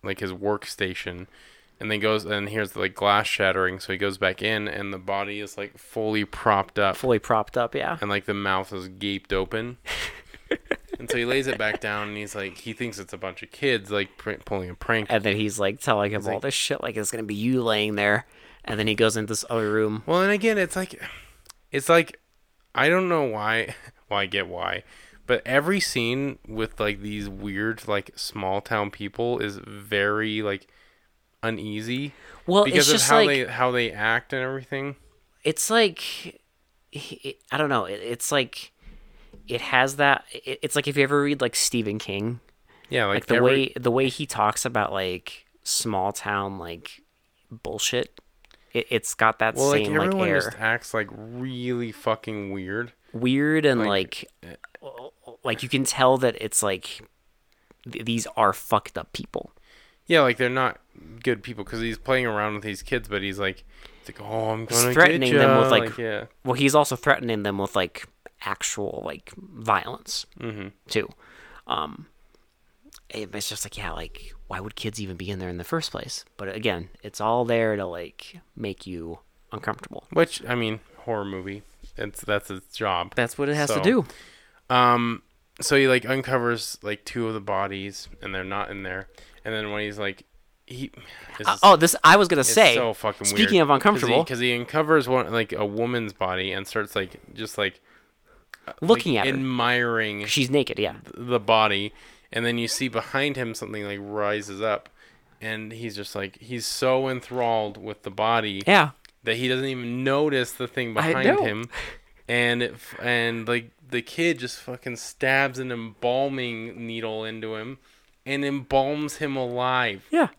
Speaker 1: like his workstation, and then goes and hears the like glass shattering. So he goes back in, and the body is like fully propped up.
Speaker 2: fully propped up yeah
Speaker 1: and like the mouth is gaped open. and so he lays it back down, and he's like, he thinks it's a bunch of kids like pr- pulling a prank.
Speaker 2: and then he's like telling him all
Speaker 1: like-
Speaker 2: this shit like it's gonna be you laying there and then he goes into this other room
Speaker 1: Well, and again, it's like, it's like, I don't know why. Well, I get why, but every scene with like these weird like small town people is very like uneasy
Speaker 2: well
Speaker 1: because
Speaker 2: it's
Speaker 1: of
Speaker 2: just
Speaker 1: how
Speaker 2: like
Speaker 1: they how they act and everything.
Speaker 2: it's like he- i don't know it, it's like it has that it, it's like if you ever read like stephen king
Speaker 1: Yeah, like,
Speaker 2: like the
Speaker 1: every-
Speaker 2: way the way he talks about like small town like bullshit it, it's got that
Speaker 1: Well, like
Speaker 2: same like,
Speaker 1: everyone
Speaker 2: air
Speaker 1: just acts like really fucking weird.
Speaker 2: weird and like like you can tell that it's like th- these are fucked up people
Speaker 1: Yeah, like they're not good people because he's playing around with these kids, but he's like, it's like, oh, I'm gonna
Speaker 2: threatening
Speaker 1: get ya.
Speaker 2: them with, like,
Speaker 1: yeah,
Speaker 2: Well, he's also threatening them with like actual like violence too. Um, it- it's just like yeah, like why would kids even be in there in the first place? But again, it's all there to like make you uncomfortable.
Speaker 1: which I mean, horror movie. It's that's its job.
Speaker 2: That's what it has
Speaker 1: So-
Speaker 2: to do.
Speaker 1: Um, so he like uncovers like two of the bodies, and they're not in there. And then when he's like, he, this
Speaker 2: Uh,
Speaker 1: is-
Speaker 2: oh, this I was gonna
Speaker 1: it's
Speaker 2: say.
Speaker 1: so fucking weird.
Speaker 2: speaking of uncomfortable-
Speaker 1: because he, uncovers one like a woman's body and starts like just like
Speaker 2: looking
Speaker 1: like,
Speaker 2: at her,
Speaker 1: admiring
Speaker 2: she's naked. Yeah,
Speaker 1: the body, and then you see behind him something like rises up, and he's just like he's so enthralled with the body
Speaker 2: yeah.
Speaker 1: that he doesn't even notice the thing
Speaker 2: I
Speaker 1: behind
Speaker 2: know.
Speaker 1: him, and it, f- and like the kid just fucking stabs an embalming needle into him, and embalms him alive.
Speaker 2: Yeah.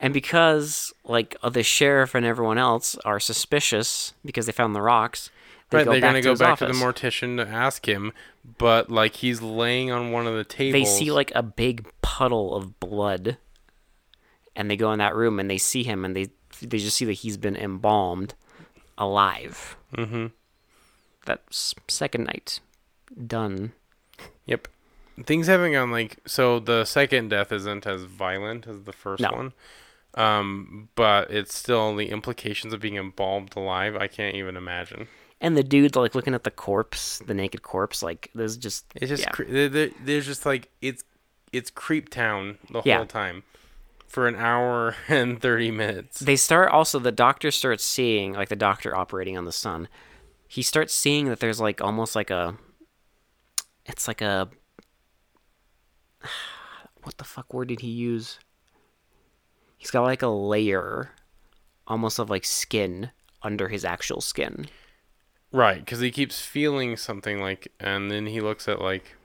Speaker 2: And because like uh, the sheriff and everyone else are suspicious because they found the rocks, they
Speaker 1: right,
Speaker 2: go
Speaker 1: they're
Speaker 2: back
Speaker 1: gonna
Speaker 2: to
Speaker 1: go
Speaker 2: his
Speaker 1: back to
Speaker 2: office.
Speaker 1: the mortician to ask him, but like he's laying on one of the
Speaker 2: they
Speaker 1: tables.
Speaker 2: see like a big puddle of blood, and they go in that room and they see him and they they just see that he's been embalmed alive. Mm-hmm. That s- second night, done.
Speaker 1: Yep. Things haven't gone like so. The second death isn't as violent as the first
Speaker 2: No.
Speaker 1: one, um, but it's still the implications of being embalmed alive. I can't even imagine.
Speaker 2: And the dude like looking at the corpse, the naked corpse, like there's just
Speaker 1: It's just
Speaker 2: yeah.
Speaker 1: cre- there- there- there's just like it's it's creep town the
Speaker 2: Yeah.
Speaker 1: whole time for an hour and thirty minutes.
Speaker 2: they start also the doctor starts seeing like the doctor operating on the sun he starts seeing that there's like almost like a it's like a what the fuck word did he use he's got like a layer almost of like skin under his actual skin
Speaker 1: Right, because he keeps feeling something like, and then he looks at like,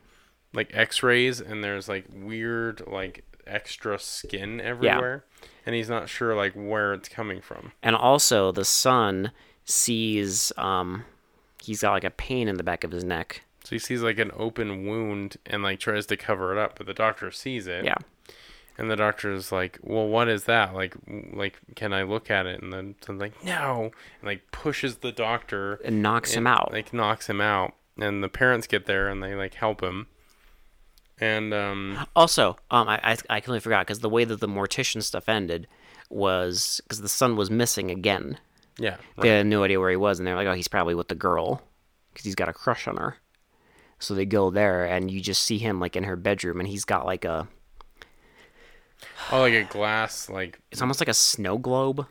Speaker 1: like X-rays, and there's like weird like extra skin everywhere, and he's not sure like where it's coming from.
Speaker 2: and also the sun sees um he's got like a pain in the back of his neck
Speaker 1: So he sees like an open wound and like tries to cover it up, but the doctor sees it.
Speaker 2: yeah
Speaker 1: And the doctor's like, "Well, what is that? Like, w- like can I look at it?" And then son's like, "No," and like pushes the doctor
Speaker 2: and knocks him out
Speaker 1: like knocks him out. And the parents get there and they like help him. And um,
Speaker 2: Also, um, I, I, I completely forgot because the way that the mortician stuff ended was because the son was missing again.
Speaker 1: yeah,
Speaker 2: They had no idea where he was, and they're like, "Oh, he's probably with the girl because he's got a crush on her." So they go there, and you just see him like in her bedroom, and he's got like a
Speaker 1: Oh, like a glass, like
Speaker 2: it's almost like a snow globe,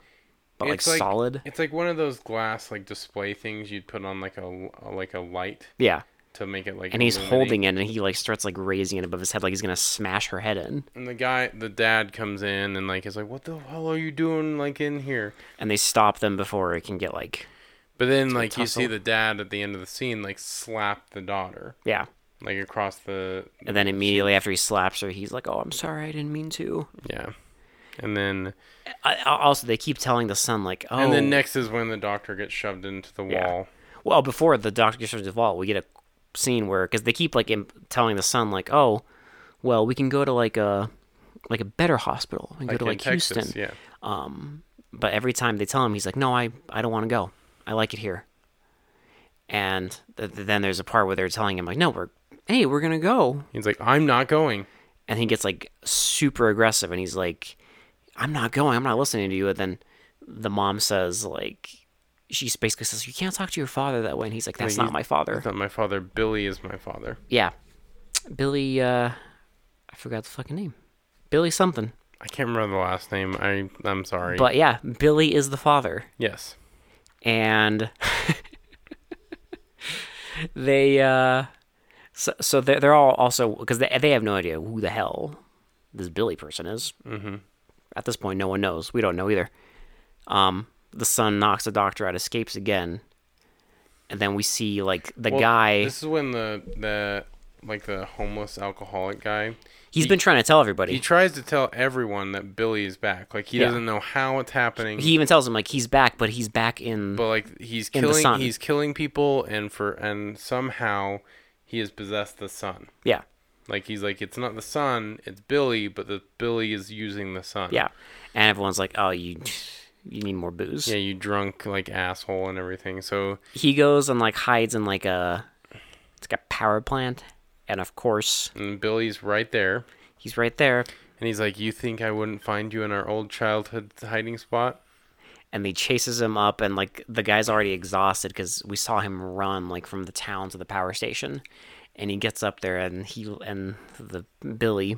Speaker 2: but like,
Speaker 1: It's like-
Speaker 2: solid.
Speaker 1: it's like one of those glass like display things you'd put on like a like a light
Speaker 2: Yeah,
Speaker 1: to make it like.
Speaker 2: and he's
Speaker 1: illuminate.
Speaker 2: holding it, and he like starts like raising it above his head, like he's gonna smash her head in.
Speaker 1: And the guy, the dad comes in and like is like, "What the hell are you doing like in here?"
Speaker 2: And they stop them before it can get like
Speaker 1: But then like you see
Speaker 2: tussle.
Speaker 1: the dad at the end of the scene like slap the daughter
Speaker 2: yeah.
Speaker 1: like across the
Speaker 2: And then immediately after he slaps her, he's like, "Oh, I'm sorry, I didn't mean to."
Speaker 1: yeah, and then
Speaker 2: I, I- also, they keep telling the son like, "Oh,
Speaker 1: and then next is when the doctor gets shoved into the
Speaker 2: Yeah.
Speaker 1: wall.
Speaker 2: well." Before the doctor gets to the wall, we get a scene where because they keep like im- telling the son like, "Oh, well, we can go to like a like a better hospital and go to
Speaker 1: in
Speaker 2: like
Speaker 1: Texas,
Speaker 2: Houston."
Speaker 1: yeah.
Speaker 2: Um, but every time they tell him, he's like, "No, I I don't want to go. I like it here." And th- th- then there's a part where they're telling him like, "No, we're hey, we're gonna go,"
Speaker 1: He's like, "I'm not going."
Speaker 2: and he gets like super aggressive and he's like i'm not going i'm not listening to you and then the mom says like she basically says you can't talk to your father that way and he's like that's
Speaker 1: Like,
Speaker 2: not my father
Speaker 1: It's not my father. Billy is my father.
Speaker 2: yeah billy uh i forgot the fucking name billy something
Speaker 1: I can't remember the last name. I I'm sorry.
Speaker 2: but yeah billy is the father
Speaker 1: yes.
Speaker 2: and they uh so, so they're, they're all also because they, they have no idea who the hell this billy person is mm-hmm. at this point no one knows we don't know either um the son knocks the doctor out escapes again and then we see like the
Speaker 1: Well,
Speaker 2: guy
Speaker 1: This is when the the like the homeless alcoholic guy.
Speaker 2: he's been trying to tell everybody
Speaker 1: He tries to tell everyone that Billy is back. Like he
Speaker 2: Yeah.
Speaker 1: doesn't know how it's happening.
Speaker 2: he even tells him like he's back but he's back in
Speaker 1: but like he's
Speaker 2: the
Speaker 1: killing
Speaker 2: sun.
Speaker 1: he's killing people and for and somehow he has possessed the sun.
Speaker 2: yeah
Speaker 1: Like he's like, it's not the sun, it's Billy, but the Billy is using the sun.
Speaker 2: Yeah. And everyone's like, oh, you you need more booze.
Speaker 1: Yeah, you drunk like asshole and everything. So
Speaker 2: He goes and like hides in like a it's like a power plant. And of course,
Speaker 1: and Billy's right there,
Speaker 2: he's right there.
Speaker 1: and he's like, "You think I wouldn't find you in our old childhood hiding spot?"
Speaker 2: And he chases him up, and like the guy's already exhausted because we saw him run like from the town to the power station. And he gets up there, and he and the Billy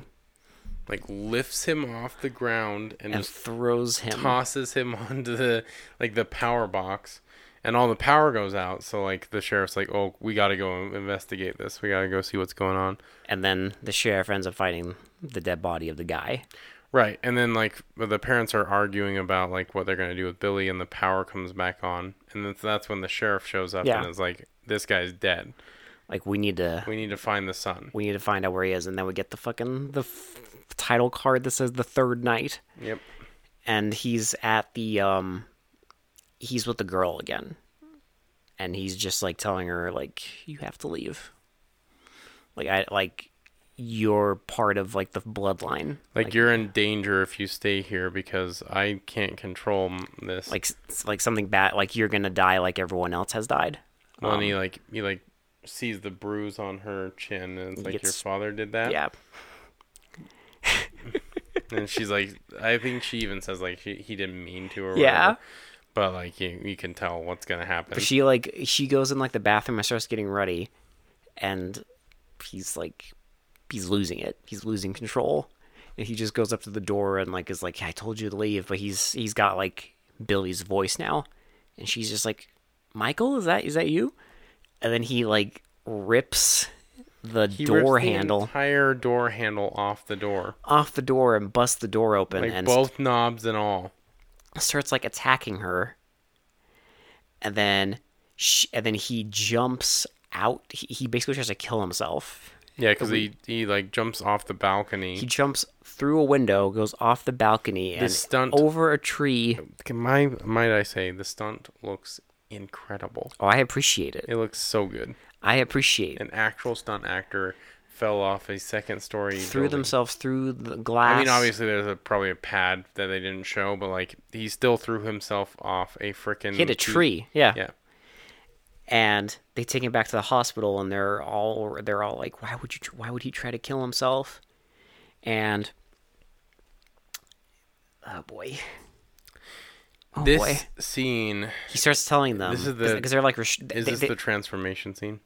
Speaker 1: Like lifts him off the ground and,
Speaker 2: and
Speaker 1: just
Speaker 2: throws him.
Speaker 1: tosses him onto the like the power box, and all the power goes out. So like the sheriff's like, "Oh, we gotta go investigate this. We gotta go see what's going on."
Speaker 2: And then the sheriff ends up finding the dead body of the guy.
Speaker 1: Right, and then like the parents are arguing about like what they're gonna do with Billy, and the power comes back on, and that's, that's when the sheriff shows up
Speaker 2: Yeah.
Speaker 1: and is like, "This guy's dead.
Speaker 2: Like we need to
Speaker 1: We need to find the son."
Speaker 2: we need to find out where he is, and then we get the fucking the f- title card that says the third night,
Speaker 1: Yep.
Speaker 2: and he's at the um, he's with the girl again, and he's just like telling her like you have to leave, like I like you're part of like the bloodline,
Speaker 1: Like, you're in danger if you stay here because I can't control m- this.
Speaker 2: like s- like something bad, like you're gonna die like everyone else has died.
Speaker 1: well, and he
Speaker 2: um,
Speaker 1: like he like sees the bruise on her chin, and it's like your
Speaker 2: gets-
Speaker 1: father did that.
Speaker 2: Yeah,
Speaker 1: And she's like, I think she even says like he, he didn't mean to or
Speaker 2: Yeah.
Speaker 1: whatever. But like you, you can tell what's gonna happen.
Speaker 2: But she like she goes in like the bathroom and starts getting ready, and he's like he's losing it. He's losing control, and he just goes up to the door and like is like, "I told you to leave," but he's he's got like Billy's voice now, and she's just like, "Michael, is that is that you?" And then he like rips the
Speaker 1: He rips
Speaker 2: door
Speaker 1: the
Speaker 2: handle
Speaker 1: entire door handle off the door,
Speaker 2: off the door and busts the door open
Speaker 1: like
Speaker 2: and
Speaker 1: both knobs and all.
Speaker 2: starts like attacking her and then sh and then he jumps out he, he basically tries to kill himself
Speaker 1: Yeah, because he he like jumps off the balcony.
Speaker 2: he jumps through a window goes off the balcony and
Speaker 1: stunt-
Speaker 2: over a tree
Speaker 1: Can My might I say the stunt looks incredible.
Speaker 2: oh i appreciate it
Speaker 1: It looks so good.
Speaker 2: i appreciate it
Speaker 1: An actual stunt actor fell off a second story.
Speaker 2: threw
Speaker 1: building.
Speaker 2: themselves through the glass
Speaker 1: I mean, obviously there's a, probably a pad that they didn't show, but like he still threw himself off a freaking
Speaker 2: hit a tree yeah.
Speaker 1: Yeah.
Speaker 2: and they take him back to the hospital and they're all they're all like why would you tr- why would he try to kill himself and oh boy oh
Speaker 1: this
Speaker 2: boy
Speaker 1: scene
Speaker 2: he starts telling them
Speaker 1: This is the-
Speaker 2: because they're like res- they,
Speaker 1: is this
Speaker 2: they-
Speaker 1: the transformation scene?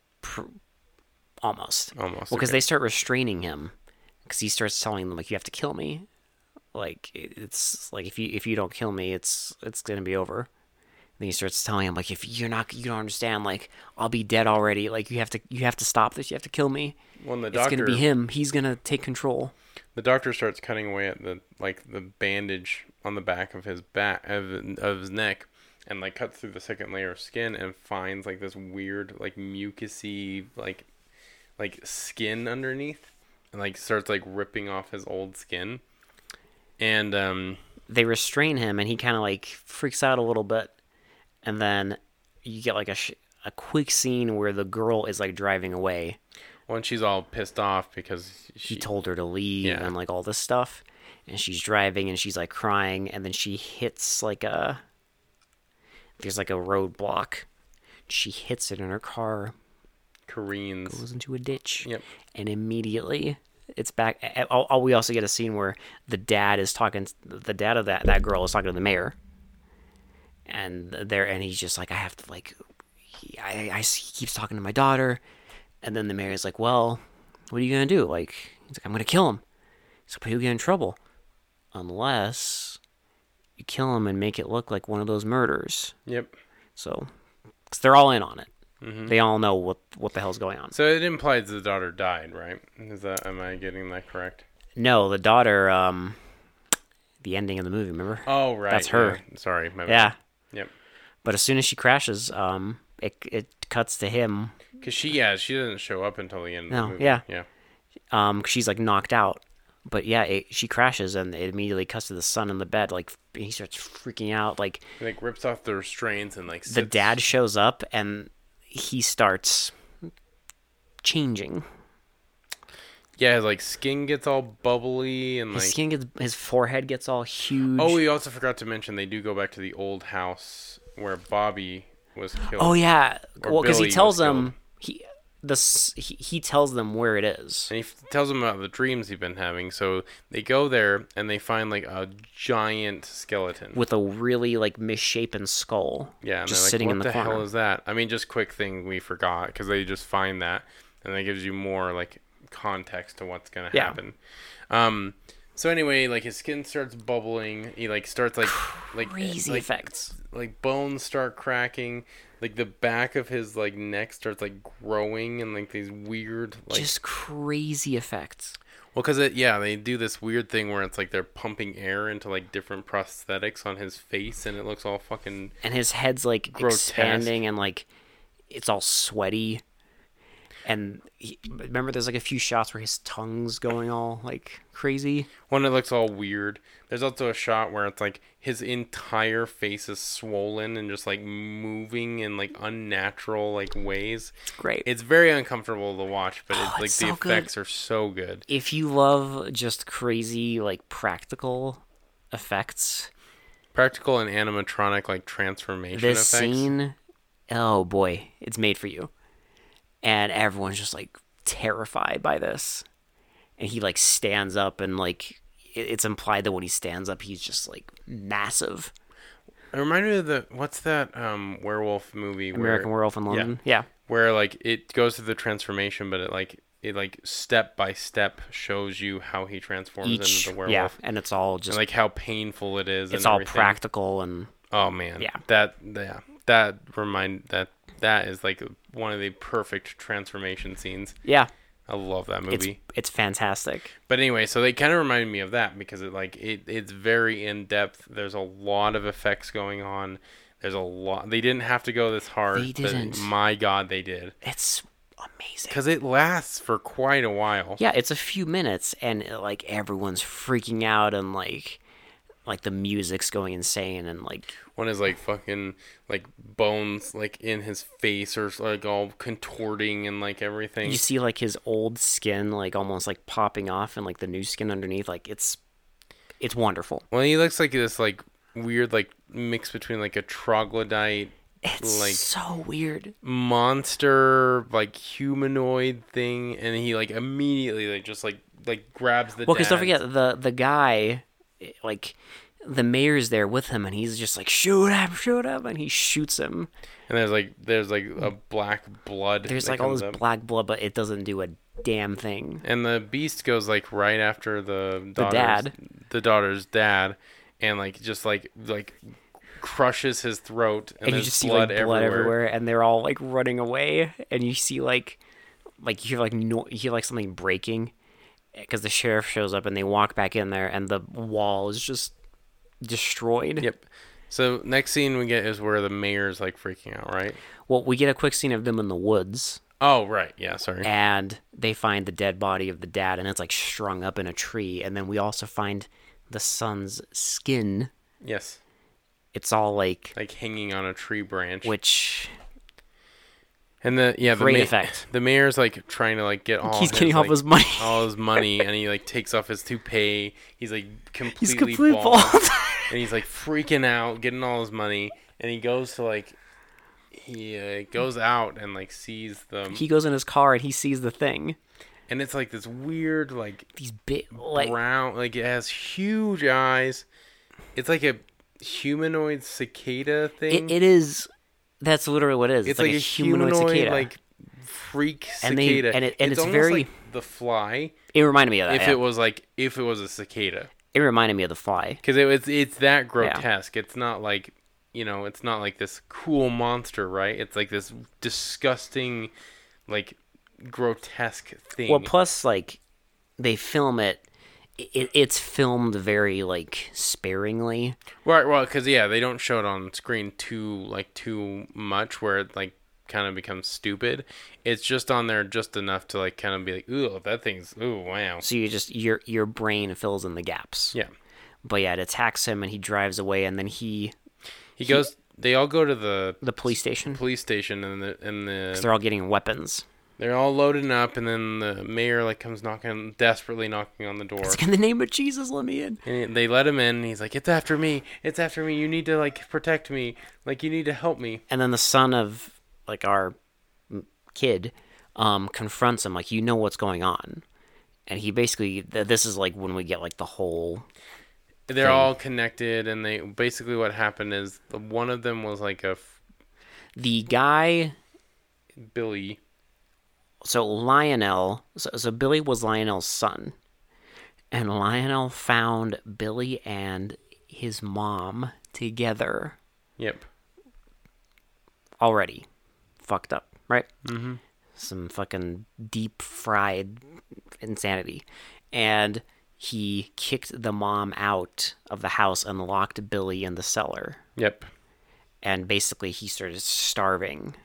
Speaker 2: almost well
Speaker 1: Almost.
Speaker 2: because
Speaker 1: okay.
Speaker 2: they start restraining him because he starts telling them like you have to kill me like it- it's like if you if you don't kill me it's it's gonna be over then he starts telling him like if you're not you don't understand like i'll be dead already like you have to you have to stop this you have to kill me
Speaker 1: when the
Speaker 2: it's
Speaker 1: doctor
Speaker 2: gonna be him. He's gonna take control.
Speaker 1: the doctor starts cutting away at the like the bandage on the back of his back of, of his neck and like cuts through the second layer of skin and finds like this weird like mucusy like like skin underneath and like starts like ripping off his old skin and um
Speaker 2: They restrain him, and he kind of like freaks out a little bit, and then you get like a sh- a quick scene where the girl is like driving away.
Speaker 1: when she's all pissed off because
Speaker 2: He
Speaker 1: she
Speaker 2: told her to leave
Speaker 1: Yeah.
Speaker 2: and like all this stuff, and she's driving and she's like crying, and then she hits like a there's like a roadblock. She hits it, and her car
Speaker 1: careens
Speaker 2: goes into a ditch.
Speaker 1: Yep.
Speaker 2: And immediately it's back. a- a- Oh, oh, we also get a scene where the dad is talking. The dad of that that girl is talking to the mayor, and there, and he's just like, I have to like, he, I, I s- he keeps talking to my daughter, and then the mayor is like, Well, what are you gonna do? Like, he's like, I'm gonna kill him. So, but he'll get in trouble, unless you kill him and make it look like one of those murders.
Speaker 1: yep
Speaker 2: So, they they're all in on it. They all know what what the hell's going on.
Speaker 1: so it implies the daughter died right is that am i getting that correct
Speaker 2: No, the daughter. Um, the ending of the movie. Remember?
Speaker 1: oh right
Speaker 2: That's her.
Speaker 1: yeah. sorry my bad.
Speaker 2: yeah.
Speaker 1: yep
Speaker 2: But as soon as she crashes, um, it it cuts to him.
Speaker 1: Cause she, yeah, she doesn't show up until the end.
Speaker 2: No,
Speaker 1: of the movie.
Speaker 2: yeah.
Speaker 1: yeah.
Speaker 2: Um, 'cause she's like knocked out. But yeah, it, she crashes and it immediately cuts to the son in the bed. Like he starts freaking out. Like
Speaker 1: He, like rips off the restraints and like
Speaker 2: the
Speaker 1: sits-
Speaker 2: dad shows up and he starts changing.
Speaker 1: Yeah, his like skin gets all bubbly and
Speaker 2: His
Speaker 1: like.
Speaker 2: skin gets his forehead gets all huge.
Speaker 1: Oh, we also forgot to mention they do go back to the old house where Bobby was killed.
Speaker 2: Oh yeah,
Speaker 1: Or
Speaker 2: well, because
Speaker 1: Billy
Speaker 2: he
Speaker 1: was
Speaker 2: tells them he the s- he, he tells them where it is.
Speaker 1: And he f- tells them about the dreams he's been having. So they go there and they find like a giant skeleton.
Speaker 2: with a really like misshapen skull.
Speaker 1: yeah, and
Speaker 2: just
Speaker 1: they're like,
Speaker 2: sitting
Speaker 1: what
Speaker 2: in the,
Speaker 1: the,
Speaker 2: corner.
Speaker 1: hell is that? I mean, just quick thing we forgot because they just find that and that gives you more like context to what's gonna
Speaker 2: Yeah.
Speaker 1: happen. Um. So anyway, like his skin starts bubbling. He like starts like like
Speaker 2: Crazy
Speaker 1: like,
Speaker 2: effects.
Speaker 1: like bones start cracking like the back of his like neck starts like growing and like these weird like
Speaker 2: just crazy effects.
Speaker 1: well because it yeah they do this weird thing where it's like they're pumping air into like different prosthetics on his face and it looks all fucking
Speaker 2: And his head's like
Speaker 1: Grotesque.
Speaker 2: expanding and like it's all sweaty. And he, remember, there's like a few shots where his tongue's going all like crazy.
Speaker 1: one it looks all weird there's also a shot where it's like his entire face is swollen and just like moving in like unnatural like ways
Speaker 2: Great.
Speaker 1: it's very uncomfortable to watch but it's like
Speaker 2: Oh, it's
Speaker 1: the
Speaker 2: so good.
Speaker 1: effects are so good
Speaker 2: if you love just crazy like practical effects,
Speaker 1: practical and animatronic like transformation
Speaker 2: this
Speaker 1: effects
Speaker 2: scene, oh boy, it's made for you. And everyone's just like terrified by this. And he like stands up and like it- it's implied that when he stands up, he's just like massive.
Speaker 1: It reminded me of the what's that um werewolf movie where
Speaker 2: American Werewolf in London. Yeah.
Speaker 1: where like it goes through the transformation, but it like it like step by step shows you how he transforms
Speaker 2: Each.
Speaker 1: into the
Speaker 2: yeah.
Speaker 1: werewolf.
Speaker 2: And it's all just,
Speaker 1: And like how painful it is.
Speaker 2: it's
Speaker 1: and
Speaker 2: all
Speaker 1: everything.
Speaker 2: practical and
Speaker 1: Oh man,
Speaker 2: Yeah.
Speaker 1: That yeah, that remind that that is like one of the perfect transformation scenes.
Speaker 2: yeah.
Speaker 1: I love that
Speaker 2: It's,
Speaker 1: movie.
Speaker 2: it's fantastic.
Speaker 1: But anyway, so they kind of reminded me of that because it like it it's very in depth. There's a lot of effects going on. There's a lot. They didn't have to go this hard.
Speaker 2: They
Speaker 1: but
Speaker 2: didn't.
Speaker 1: my God, they did
Speaker 2: It's amazing.
Speaker 1: because it lasts for quite a while.
Speaker 2: yeah it's a few minutes and uh, like everyone's freaking out and like like the music's going insane and like
Speaker 1: One is like fucking like bones like in his face or like all contorting and like everything.
Speaker 2: you see like his old skin like almost like popping off and like the new skin underneath like it's it's wonderful
Speaker 1: Well, he looks like this like weird like mix between like a troglodyte
Speaker 2: it's
Speaker 1: Like-
Speaker 2: so weird
Speaker 1: monster like humanoid thing and he like immediately like just like like grabs the
Speaker 2: well because don't
Speaker 1: dad.
Speaker 2: forget the the guy eh, like the mayor's there with him and he's just like shoot him shoot him and he shoots him
Speaker 1: and there's like there's like a black blood
Speaker 2: there's
Speaker 1: that
Speaker 2: like all
Speaker 1: comes
Speaker 2: this
Speaker 1: up.
Speaker 2: black blood but it doesn't do a damn thing
Speaker 1: and the beast goes like right after the daughter's,
Speaker 2: dad.
Speaker 1: the daughter's dad and like just like like crushes his throat and,
Speaker 2: and you
Speaker 1: there's
Speaker 2: just see
Speaker 1: blood,
Speaker 2: like blood
Speaker 1: everywhere.
Speaker 2: everywhere. and they're all like running away and you see like like you hear like no you hear like something breaking because the sheriff shows up and they walk back in there and the wall is just destroyed
Speaker 1: yep so next scene we get is where the mayor's like freaking out right
Speaker 2: well we get a quick scene of them in the woods
Speaker 1: oh right yeah sorry
Speaker 2: and they find the dead body of the dad and it's like strung up in a tree and then we also find the son's skin
Speaker 1: yes
Speaker 2: it's all like
Speaker 1: like hanging on a tree branch
Speaker 2: which
Speaker 1: and the yeah the,
Speaker 2: Great
Speaker 1: ma-
Speaker 2: effect.
Speaker 1: the mayor's like trying to like get all
Speaker 2: he's
Speaker 1: his,
Speaker 2: getting off
Speaker 1: like,
Speaker 2: his money
Speaker 1: all his money and he like takes off his toupee he's like completely,
Speaker 2: he's completely
Speaker 1: bald.
Speaker 2: bald
Speaker 1: and he's like freaking out, getting all his money, and he goes to like he uh, goes out and like sees them,
Speaker 2: he goes in his car and he sees the thing
Speaker 1: and it's like this weird like
Speaker 2: these big like
Speaker 1: brown, like it has huge eyes. It's like a humanoid cicada thing.
Speaker 2: it, it is that's literally what it is. It's, like, a humanoid, cicada.
Speaker 1: like freak cicada,
Speaker 2: And they- and it- and it's
Speaker 1: almost
Speaker 2: very-
Speaker 1: like the fly.
Speaker 2: it reminded me of that.
Speaker 1: If
Speaker 2: yeah.
Speaker 1: it was like if it was a cicada,
Speaker 2: it reminded me of the fly.
Speaker 1: because it was it's that grotesque. It's not like you know, it's not like this cool monster, right? It's like this disgusting, like grotesque thing.
Speaker 2: Well, plus like they film it. It, it's filmed very like sparingly.
Speaker 1: right? Well, because yeah, they don't show it on screen too like too much, where it like kind of becomes stupid. It's just on there just enough to like kind of be like, ooh, that thing's ooh, wow.
Speaker 2: So you just your your brain fills in the gaps.
Speaker 1: Yeah,
Speaker 2: But yeah, it attacks him and he drives away and then he
Speaker 1: he goes. They all go to the
Speaker 2: the police station.
Speaker 1: police station and the and the
Speaker 2: They're all getting weapons.
Speaker 1: They're all loading up, and then the mayor like comes knocking, desperately knocking on the door.
Speaker 2: It's like, in the name of Jesus, let me in.
Speaker 1: And they let him in. And he's like, "It's after me! It's after me! You need to like protect me! Like you need to help me!"
Speaker 2: And then the son of like our m- kid um, confronts him, like, you know what's going on. And he basically, th- this is like when we get like the whole
Speaker 1: They're all connected, and they basically what happened is the, one of them was like a f-
Speaker 2: the guy.
Speaker 1: Billy.
Speaker 2: So Lionel, so, so Billy was Lionel's son, and Lionel found Billy and his mom together.
Speaker 1: Yep.
Speaker 2: already fucked up, right? Mm-hmm. Some fucking deep fried insanity. And he kicked the mom out of the house and locked Billy in the cellar.
Speaker 1: Yep.
Speaker 2: And basically, he started starving.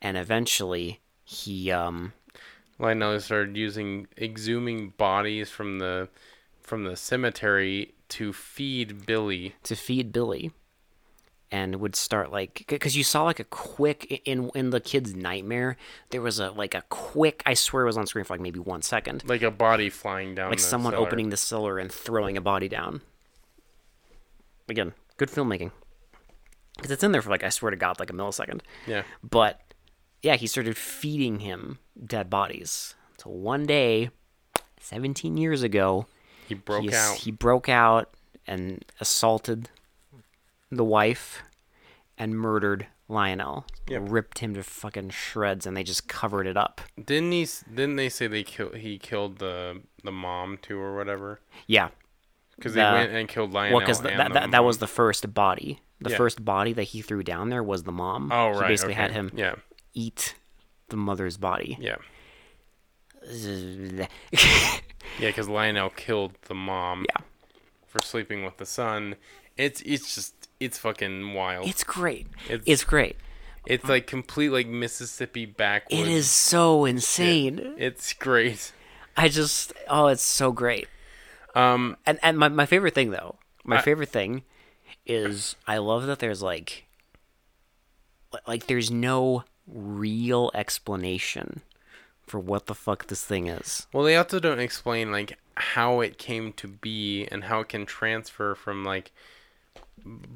Speaker 2: And eventually, he, um,
Speaker 1: Lionel started using exhuming bodies from the from the cemetery to feed Billy.
Speaker 2: to feed Billy and would start like because you saw like a quick in in the kid's nightmare there was a like a quick i swear it was on screen for like maybe one second
Speaker 1: Like a body flying down.
Speaker 2: like
Speaker 1: the
Speaker 2: someone
Speaker 1: cellar.
Speaker 2: opening the cellar and throwing a body down. Again, good filmmaking. Because it's in there for like I swear to God, like a millisecond.
Speaker 1: Yeah.
Speaker 2: But yeah, he started feeding him dead bodies. So one day, seventeen years ago,
Speaker 1: He broke
Speaker 2: he, ass-
Speaker 1: out.
Speaker 2: he broke out and assaulted the wife and murdered Lionel.
Speaker 1: Yep.
Speaker 2: Ripped him to fucking shreds, and they just covered it up.
Speaker 1: Didn't he? s- Didn't they say they kill? He killed the the mom too, or whatever.
Speaker 2: Yeah,
Speaker 1: Because they
Speaker 2: The-
Speaker 1: went and killed Lionel.
Speaker 2: Well, because
Speaker 1: and
Speaker 2: that,
Speaker 1: the
Speaker 2: that, that
Speaker 1: mom.
Speaker 2: was the first body. The
Speaker 1: Yeah.
Speaker 2: first body that he threw down there was the mom.
Speaker 1: Oh right.
Speaker 2: He basically
Speaker 1: okay.
Speaker 2: had him
Speaker 1: Yeah.
Speaker 2: eat the mother's body.
Speaker 1: Yeah. Yeah. Because Lionel killed the mom.
Speaker 2: Yeah.
Speaker 1: For sleeping with the son. It's it's just it's fucking wild. It's
Speaker 2: it's great.
Speaker 1: It's-
Speaker 2: It's, great.
Speaker 1: like complete like Mississippi backwoods.
Speaker 2: It is so insane.
Speaker 1: It's great.
Speaker 2: I just oh, it's so great.
Speaker 1: Um.
Speaker 2: And and my, my favorite thing though, my favorite thing is I love that there's like li- like there's no real explanation for what the fuck this thing is.
Speaker 1: Well, they also don't explain like how it came to be and how it can transfer from like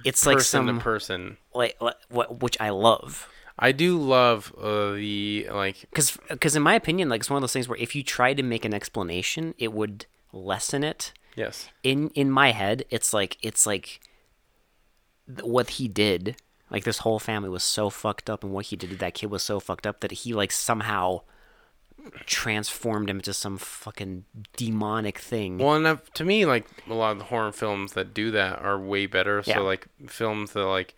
Speaker 2: It's
Speaker 1: person
Speaker 2: like some
Speaker 1: to person.
Speaker 2: like, like what which I love
Speaker 1: I do love uh, the like
Speaker 2: because in my opinion like it's one of those things where if you tried to make an explanation it would lessen it
Speaker 1: yes
Speaker 2: in in my head it's like it's like th- what he did like this whole family was so fucked up and what he did to that kid was so fucked up that he like somehow transformed him into some fucking demonic thing
Speaker 1: Well, and that- to me, like a lot of the horror films that do that are way better.
Speaker 2: Yeah.
Speaker 1: So like films that like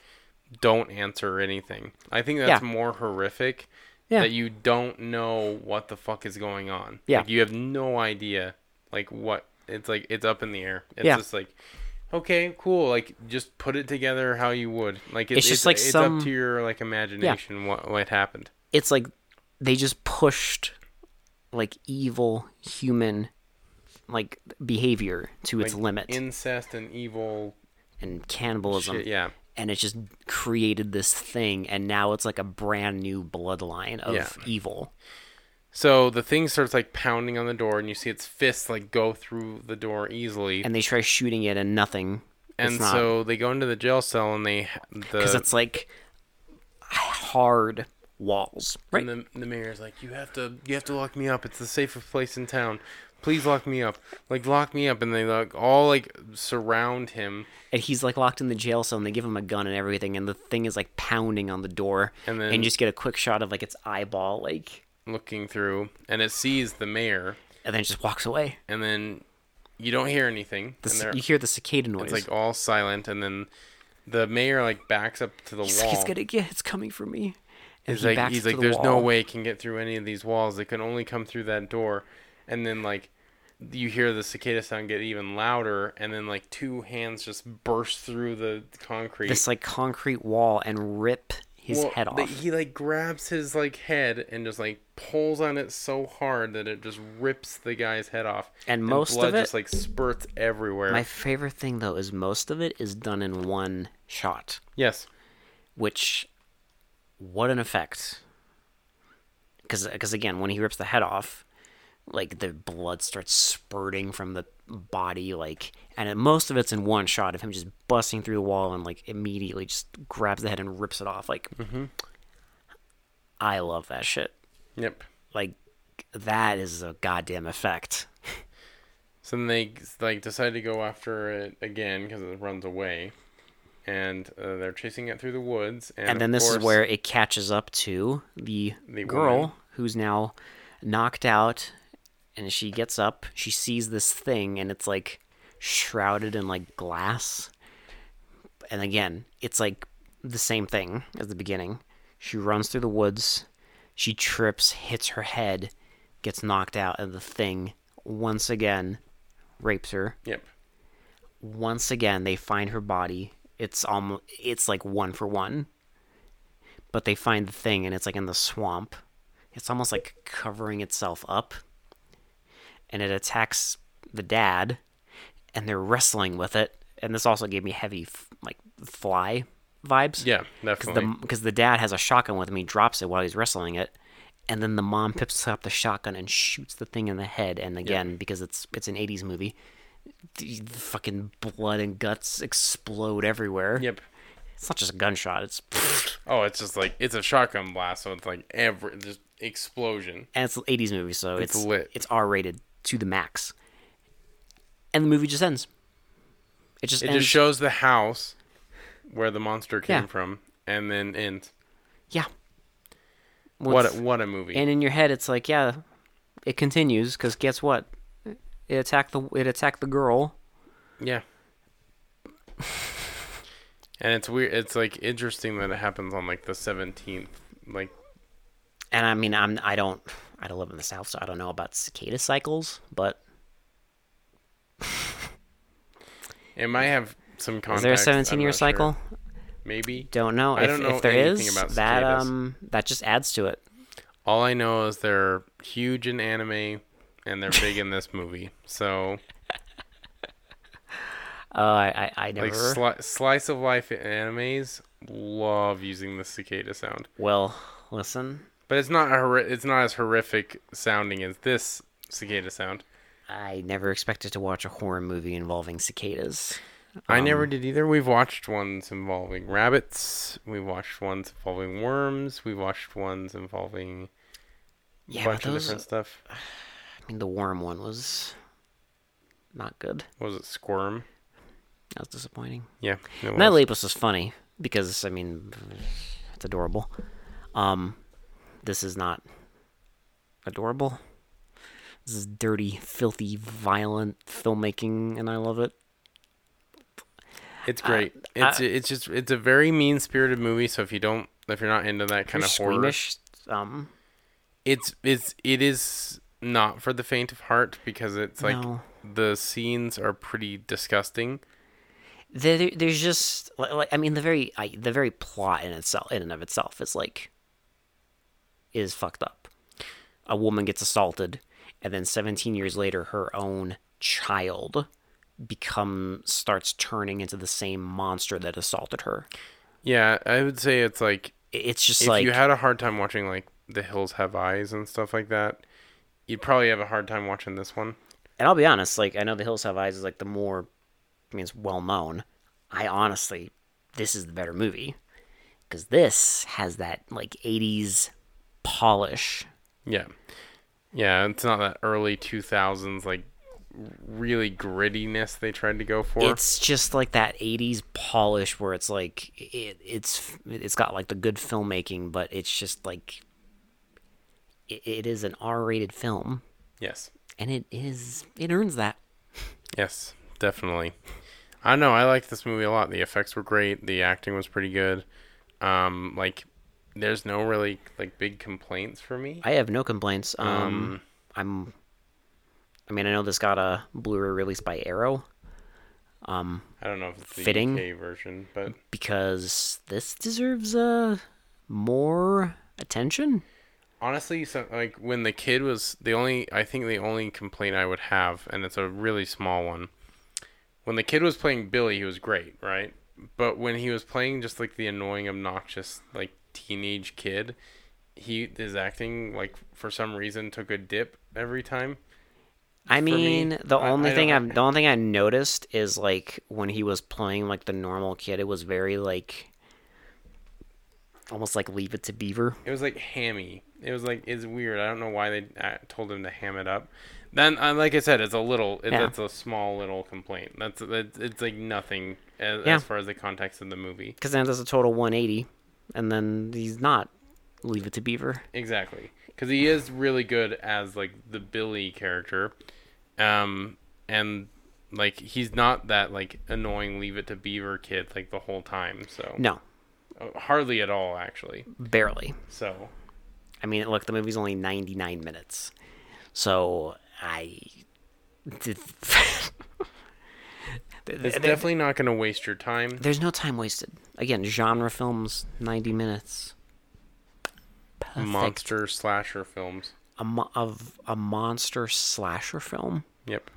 Speaker 1: don't answer anything. I think that's
Speaker 2: Yeah.
Speaker 1: more horrific.
Speaker 2: Yeah.
Speaker 1: That you don't know what the fuck is going on.
Speaker 2: Yeah.
Speaker 1: Like, you have no idea. Like what it's like. It's up in the air. It's
Speaker 2: Yeah.
Speaker 1: just like. Okay, cool. Like, just put it together how you would. Like, it,
Speaker 2: It's just like
Speaker 1: it's
Speaker 2: some-
Speaker 1: up to your like imagination what what happened.
Speaker 2: it's like they just pushed like evil human like behavior to its limit
Speaker 1: Incest and evil.
Speaker 2: and cannibalism
Speaker 1: Shit, yeah.
Speaker 2: and it just created this thing and now it's like a brand new bloodline of
Speaker 1: Yeah.
Speaker 2: evil
Speaker 1: So the thing starts like pounding on the door, and you see its fists like go through the door easily. And,
Speaker 2: and they try shooting it and nothing it's not
Speaker 1: so they go into the jail cell, and they the,
Speaker 2: because it's like hard walls right
Speaker 1: and the the mayor's like, "You have to you have to lock me up. It's the safest place in town. Please lock me up. Like lock me up." And they like all like surround him,
Speaker 2: and he's like locked in the jail cell and they give him a gun and everything and the thing is like pounding on the door
Speaker 1: And
Speaker 2: and
Speaker 1: then-
Speaker 2: then you just get a quick shot of like its eyeball like
Speaker 1: looking through, and it sees the mayor,
Speaker 2: and then it just walks away
Speaker 1: and then you don't hear anything.
Speaker 2: The
Speaker 1: and
Speaker 2: c-
Speaker 1: they're,
Speaker 2: you hear the cicada noise
Speaker 1: it's like all silent, and then the mayor like backs up to the
Speaker 2: he's,
Speaker 1: wall.
Speaker 2: like, "It's gonna get it's coming for me and
Speaker 1: He's
Speaker 2: he
Speaker 1: like,
Speaker 2: backs
Speaker 1: he's
Speaker 2: to
Speaker 1: like,
Speaker 2: the
Speaker 1: there's no
Speaker 2: wall.
Speaker 1: way it can get through any of these walls. It can only come through that door. And then like, you hear the cicada sound get even louder, and then like two hands just burst through the concrete.
Speaker 2: this like concrete wall and rip his
Speaker 1: Well,
Speaker 2: head
Speaker 1: the-
Speaker 2: off
Speaker 1: he like grabs his like head and just like pulls on it so hard that it just rips the guy's head off.
Speaker 2: And most of
Speaker 1: blood
Speaker 2: it-
Speaker 1: just like spurts everywhere.
Speaker 2: My favorite thing though is most of it is done in one shot,
Speaker 1: Yes,
Speaker 2: which what an effect. because because again, when he rips the head off, like the blood starts spurting from the body, like and it, most of it's in one shot of him just busting through the wall and like immediately just grabs the head and rips it off. Like, I love that shit.
Speaker 1: Yep.
Speaker 2: Like, that is a goddamn effect.
Speaker 1: So then they like decide to go after it again because it runs away, and uh, they're chasing it through the woods. And,
Speaker 2: and
Speaker 1: of
Speaker 2: then this is
Speaker 1: course-
Speaker 2: where it catches up to the,
Speaker 1: The
Speaker 2: girl
Speaker 1: woman.
Speaker 2: who's now knocked out and she gets up she sees this thing and it's like shrouded in like glass and again it's like the same thing as the beginning she runs through the woods she trips hits her head gets knocked out and the thing once again rapes her
Speaker 1: Yep.
Speaker 2: once again they find her body it's almost it's like one for one but they find the thing and it's like in the swamp it's almost like covering itself up and it attacks the dad and they're wrestling with it and this also gave me heavy f- like fly vibes
Speaker 1: Yeah,
Speaker 2: because
Speaker 1: definitely.
Speaker 2: the, 'cause the dad has a shotgun with him he drops it while he's wrestling it and then the mom picks up the shotgun and shoots the thing in the head and again because it's it's an 80s movie the the fucking blood and guts explode everywhere
Speaker 1: Yep.
Speaker 2: it's not just a gunshot it's
Speaker 1: Oh, it's just like it's a shotgun blast, so it's like every just explosion.
Speaker 2: and it's an 80s movie so it's it's,
Speaker 1: lit.
Speaker 2: r-rated to the max and the movie just ends it just
Speaker 1: It
Speaker 2: ends
Speaker 1: just shows the house where the monster came
Speaker 2: Yeah.
Speaker 1: from, and then ends.
Speaker 2: yeah Well,
Speaker 1: What
Speaker 2: it's-
Speaker 1: a, what a movie!
Speaker 2: and in your head it's like yeah it continues because guess what it attacked the it attacked the girl
Speaker 1: yeah. and it's weird. It's like interesting that it happens on like the seventeenth. Like
Speaker 2: and i mean i'm i don't i don't live in the south so i don't know about cicada cycles but
Speaker 1: it might have some
Speaker 2: is
Speaker 1: context.
Speaker 2: there a
Speaker 1: I'm
Speaker 2: 17 year
Speaker 1: not sure.
Speaker 2: cycle
Speaker 1: Maybe.
Speaker 2: don't know
Speaker 1: I
Speaker 2: if,
Speaker 1: don't know
Speaker 2: if there
Speaker 1: anything
Speaker 2: is
Speaker 1: about
Speaker 2: that
Speaker 1: cicadas.
Speaker 2: um that just adds to it
Speaker 1: All I know is they're huge in anime, and they're big in this movie. So
Speaker 2: uh i i, I never
Speaker 1: like sli- slice of life animes love using the cicada sound.
Speaker 2: well listen
Speaker 1: But it's not a horri- it's not as horrific sounding as this cicada sound.
Speaker 2: i never expected to watch a horror movie involving cicadas Um,
Speaker 1: I never did either. We've watched ones involving rabbits. We watched ones involving worms. We watched ones involving a
Speaker 2: yeah but
Speaker 1: bunch of
Speaker 2: those
Speaker 1: different stuff.
Speaker 2: i mean the worm one was not good
Speaker 1: What was it squirm?
Speaker 2: that was disappointing
Speaker 1: Yeah. it
Speaker 2: Night
Speaker 1: was.
Speaker 2: Lapis was funny because I mean, it's adorable. Um, this is not adorable. This is dirty, filthy, violent filmmaking, and I love it. Uh,
Speaker 1: It's great. it's it's just it's a very mean spirited movie. So if you don't if you're not into that kind of horror,
Speaker 2: Squeamish. Um,
Speaker 1: it's it's it is not for the faint of heart because it's like
Speaker 2: No.
Speaker 1: the scenes are pretty disgusting.
Speaker 2: there, there- there's just li- like I mean, the very I, the very plot in itself, in and of itself, is like is fucked up. A woman gets assaulted, and then 17 years later, her own child become starts turning into the same monster that assaulted her.
Speaker 1: Yeah, I would say it's like
Speaker 2: I- It's just
Speaker 1: if
Speaker 2: like
Speaker 1: you had a hard time watching like The Hills Have Eyes and stuff like that, you'd probably have a hard time watching this one.
Speaker 2: And I'll be honest, like I know The Hills Have Eyes is like the more, I mean, it's well known. I honestly, this is the better movie because this has that like '80s polish.
Speaker 1: Yeah, yeah, it's not that early two thousands like really grittiness they tried to go for.
Speaker 2: It's just like that '80s polish where it's like it, it's it's got like the good filmmaking, but it's just like it, it is an R-rated film,
Speaker 1: yes,
Speaker 2: and it is it earns that.
Speaker 1: yes, definitely. I know I liked this movie a lot. The effects were great. The acting was pretty good. Um, like, there's no really like big complaints for me.
Speaker 2: I have no complaints. Um, I'm. I mean, I know this got a Blu-ray released by Arrow
Speaker 1: I don't know if it's the
Speaker 2: Fitting.
Speaker 1: UK version, but
Speaker 2: because this deserves uh more attention.
Speaker 1: honestly so, like when the kid was the only i think the only complaint i would have and it's a really small one when the kid was playing billy he was great right but when he was playing just like the annoying obnoxious like teenage kid he his acting like for some reason took a dip every time.
Speaker 2: I
Speaker 1: me,
Speaker 2: mean, the
Speaker 1: I-
Speaker 2: only
Speaker 1: I
Speaker 2: thing
Speaker 1: don't-
Speaker 2: I've the only thing I noticed is like when he was playing like the normal kid, it was very like almost like Leave It to Beaver.
Speaker 1: It was like hammy. It was like it's weird. I don't know why they uh, told him to ham it up. Then, uh, like I said, it's a little. It,
Speaker 2: Yeah.
Speaker 1: That's a small little complaint. That's that's it's like nothing as,
Speaker 2: Yeah.
Speaker 1: as far as the context of the movie.
Speaker 2: Because then there's a total 180, and then he's not Leave It to Beaver.
Speaker 1: Exactly, because he is really good as like the Billy character, um, and like he's not that like annoying leave it to Beaver kid like the whole time. So
Speaker 2: No,
Speaker 1: Uh, hardly at all actually.
Speaker 2: barely.
Speaker 1: So
Speaker 2: I mean, look, the movie's only 99 minutes. So I.
Speaker 1: it's definitely not going to waste your time.
Speaker 2: There's no time wasted. Again, genre films, 90 minutes. Perfect.
Speaker 1: Monster slasher films.
Speaker 2: A mo- of a monster slasher film?
Speaker 1: Yep.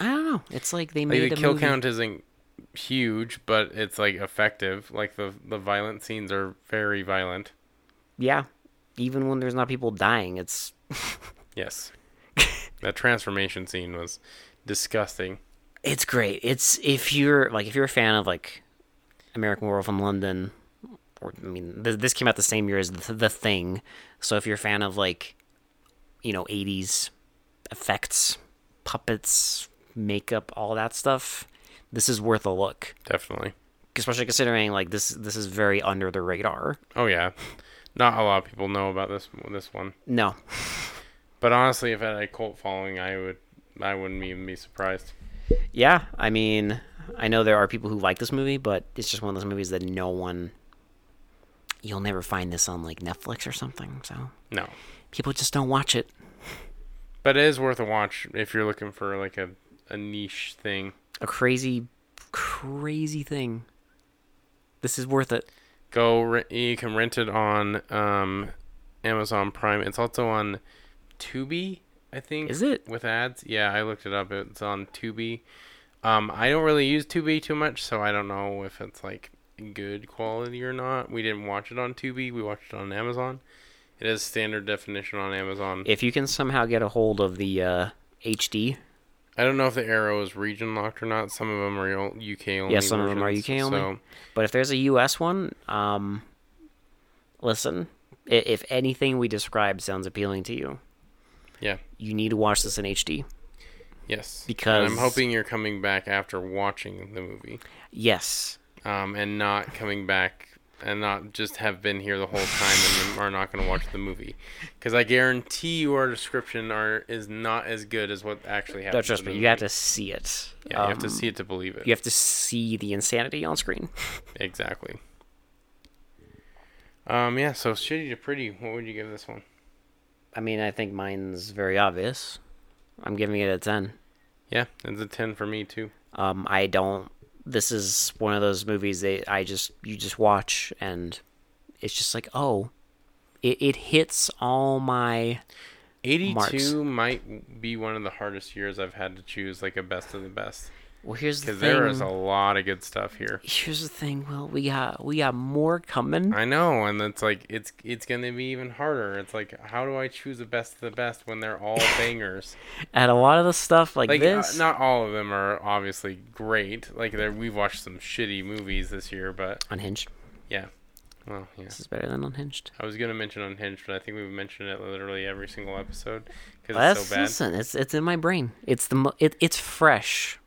Speaker 2: I don't know. It's like they
Speaker 1: Like
Speaker 2: made
Speaker 1: the
Speaker 2: a
Speaker 1: kill
Speaker 2: movie.
Speaker 1: count isn't huge, but it's like effective. Like the the violent scenes are very violent.
Speaker 2: Yeah. Even when there's not people dying, it's
Speaker 1: Yes. that transformation scene was disgusting.
Speaker 2: it's great. It's if you're like if you're a fan of like American Werewolf in London, or I mean th- this came out the same year as the, the Thing, so if you're a fan of like you know '80s effects, puppets, makeup, all that stuff, this is worth a look.
Speaker 1: Definitely.
Speaker 2: Especially considering like this this is very under the radar.
Speaker 1: Oh yeah. Not a lot of people know about this this one.
Speaker 2: No,
Speaker 1: But honestly, if it had a cult following, I would I wouldn't even be surprised.
Speaker 2: yeah, I mean I know there are people who like this movie, but it's just one of those movies that no one. You'll never find this on like Netflix or something. So
Speaker 1: No.
Speaker 2: people just don't watch it.
Speaker 1: But it is worth a watch if you're looking for like a, a niche thing.
Speaker 2: A crazy, crazy thing. This is worth it.
Speaker 1: Go re- you can rent it on um, Amazon Prime. It's also on Tubi, I think.
Speaker 2: Is it?
Speaker 1: with ads? Yeah, I looked it up. It's on Tubi. Um, I don't really use Tubi too much, so I don't know if it's like good quality or not. We didn't watch it on Tubi. We watched it on Amazon. It is standard definition on Amazon.
Speaker 2: If you can somehow get a hold of the uh, HD,
Speaker 1: I don't know if the Arrow is region locked or not. Some of them are o- UK only.
Speaker 2: yeah, some of them are
Speaker 1: versions,
Speaker 2: UK only.
Speaker 1: so-
Speaker 2: But if there's a US one, um, listen, i- if anything we describe sounds appealing to you,
Speaker 1: yeah.
Speaker 2: you need to watch this in HD.
Speaker 1: Yes.
Speaker 2: Because-
Speaker 1: and I'm hoping you're coming back after watching the movie,
Speaker 2: Yes,
Speaker 1: um, and not coming back and not just have been here the whole time and are not going to watch the movie, because I guarantee you our description are is not as good as what actually happened.
Speaker 2: no, trust me, you have to see it.
Speaker 1: Yeah, you have to
Speaker 2: Um,
Speaker 1: see it to believe it.
Speaker 2: You have to see the insanity on screen.
Speaker 1: Exactly. Um. Yeah. So shitty to pretty. What would you give this one?
Speaker 2: I mean, I think mine's very obvious. I'm giving it a 10.
Speaker 1: Yeah, it's a ten for me too.
Speaker 2: Um, I don't. This is one of those movies that I just you just watch and it's just like oh, it it hits all my
Speaker 1: 82
Speaker 2: marks.
Speaker 1: might be one of the hardest years I've had to choose like a best of the best
Speaker 2: well. Here's the
Speaker 1: because
Speaker 2: thing.
Speaker 1: there is a lot of good stuff here.
Speaker 2: Here's the thing. Well, we got we got more coming.
Speaker 1: I know, and it's like it's it's gonna be even harder. It's like how do I choose the best of the best when they're all bangers?
Speaker 2: and a lot of the stuff like,
Speaker 1: Like uh,
Speaker 2: this.
Speaker 1: not all of them are obviously great. Like there we've watched some shitty movies this year, but
Speaker 2: Unhinged.
Speaker 1: yeah, well yeah.
Speaker 2: This is better than Unhinged.
Speaker 1: I was gonna mention Unhinged, but I think we've mentioned it literally every single episode because
Speaker 2: Let's
Speaker 1: it's so bad.
Speaker 2: listen. It's it's in my brain. It's the mo- it, it's fresh.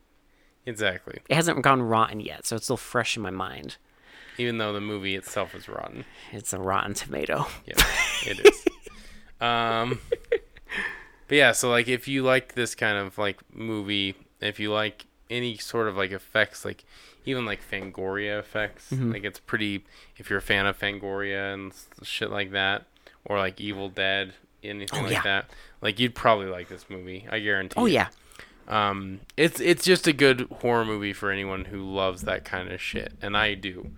Speaker 1: Exactly.
Speaker 2: It hasn't gone rotten yet, so it's still fresh in my mind.
Speaker 1: Even though the movie itself is rotten.
Speaker 2: It's a Rotten Tomato.
Speaker 1: Yeah, it is. um, but yeah, so like if you like this kind of like movie, if you like any sort of like effects, like even like Fangoria effects,
Speaker 2: Mm-hmm.
Speaker 1: like it's pretty. If you're a fan of Fangoria and s- shit like that, or like Evil Dead, anything
Speaker 2: Oh,
Speaker 1: like
Speaker 2: yeah.
Speaker 1: that, like you'd probably like this movie. I guarantee.
Speaker 2: Oh
Speaker 1: it.
Speaker 2: yeah,
Speaker 1: Um, it's it's just a good horror movie for anyone who loves that kind of shit, and I do.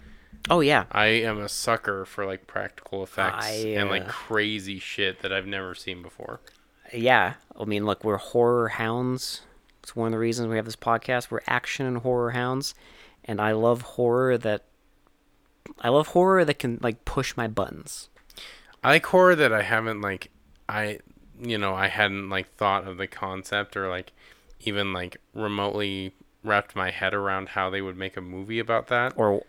Speaker 2: oh yeah.
Speaker 1: I am a sucker for like practical effects
Speaker 2: I,
Speaker 1: and like
Speaker 2: uh,
Speaker 1: crazy shit that I've never seen before.
Speaker 2: yeah i mean look we're horror hounds it's one of the reasons we have this podcast we're action and horror hounds and i love horror that i love horror that can like push my buttons
Speaker 1: I like horror that I haven't like I you know, I hadn't like thought of the concept or like even like remotely wrapped my head around how they would make a movie about that.
Speaker 2: or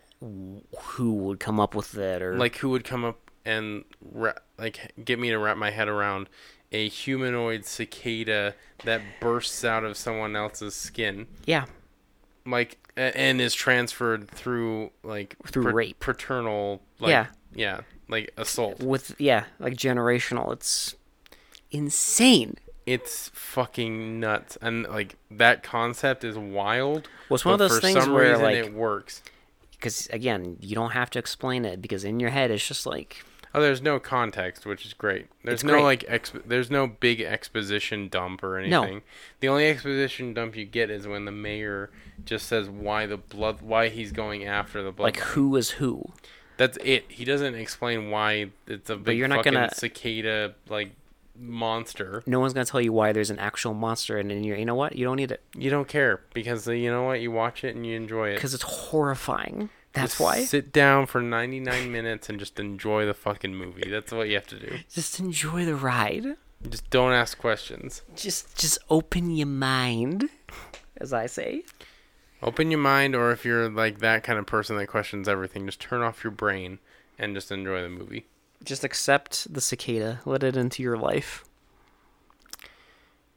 Speaker 2: who would come up with that or
Speaker 1: like who would come up and ra- like get me to wrap my head around a humanoid cicada that bursts out of someone else's skin
Speaker 2: yeah
Speaker 1: like a- and is transferred through like
Speaker 2: Through rape.
Speaker 1: paternal like
Speaker 2: Yeah.
Speaker 1: yeah like assault
Speaker 2: with yeah like generational it's insane
Speaker 1: it's fucking nuts and like that concept is wild
Speaker 2: Well, it's one of
Speaker 1: but
Speaker 2: those things where, like-
Speaker 1: it works
Speaker 2: because again you don't have to explain it because in your head it's just like
Speaker 1: oh there's no context which is great there's
Speaker 2: It's
Speaker 1: no
Speaker 2: great.
Speaker 1: like exp- there's no big exposition dump or
Speaker 2: No.
Speaker 1: anything the only exposition dump you get is when the mayor just says why the blood why he's going after the blood
Speaker 2: like who is who
Speaker 1: That's it. He doesn't explain why it's a big
Speaker 2: you're not
Speaker 1: fucking
Speaker 2: gonna-
Speaker 1: cicada like monster.
Speaker 2: no one's gonna tell you why there's an actual monster and then you're you know what you don't need it
Speaker 1: You don't care because uh, you know what? You watch it and you enjoy it.
Speaker 2: because it's horrifying that's
Speaker 1: Just
Speaker 2: why
Speaker 1: Sit down for 99 minutes and just enjoy the fucking movie. That's what you have to do.
Speaker 2: just enjoy the ride
Speaker 1: Just don't ask questions.
Speaker 2: just just open your mind as i say
Speaker 1: Open your mind, or if you're like that kind of person that questions everything, just turn off your brain and just enjoy the movie.
Speaker 2: just accept the cicada let it into your life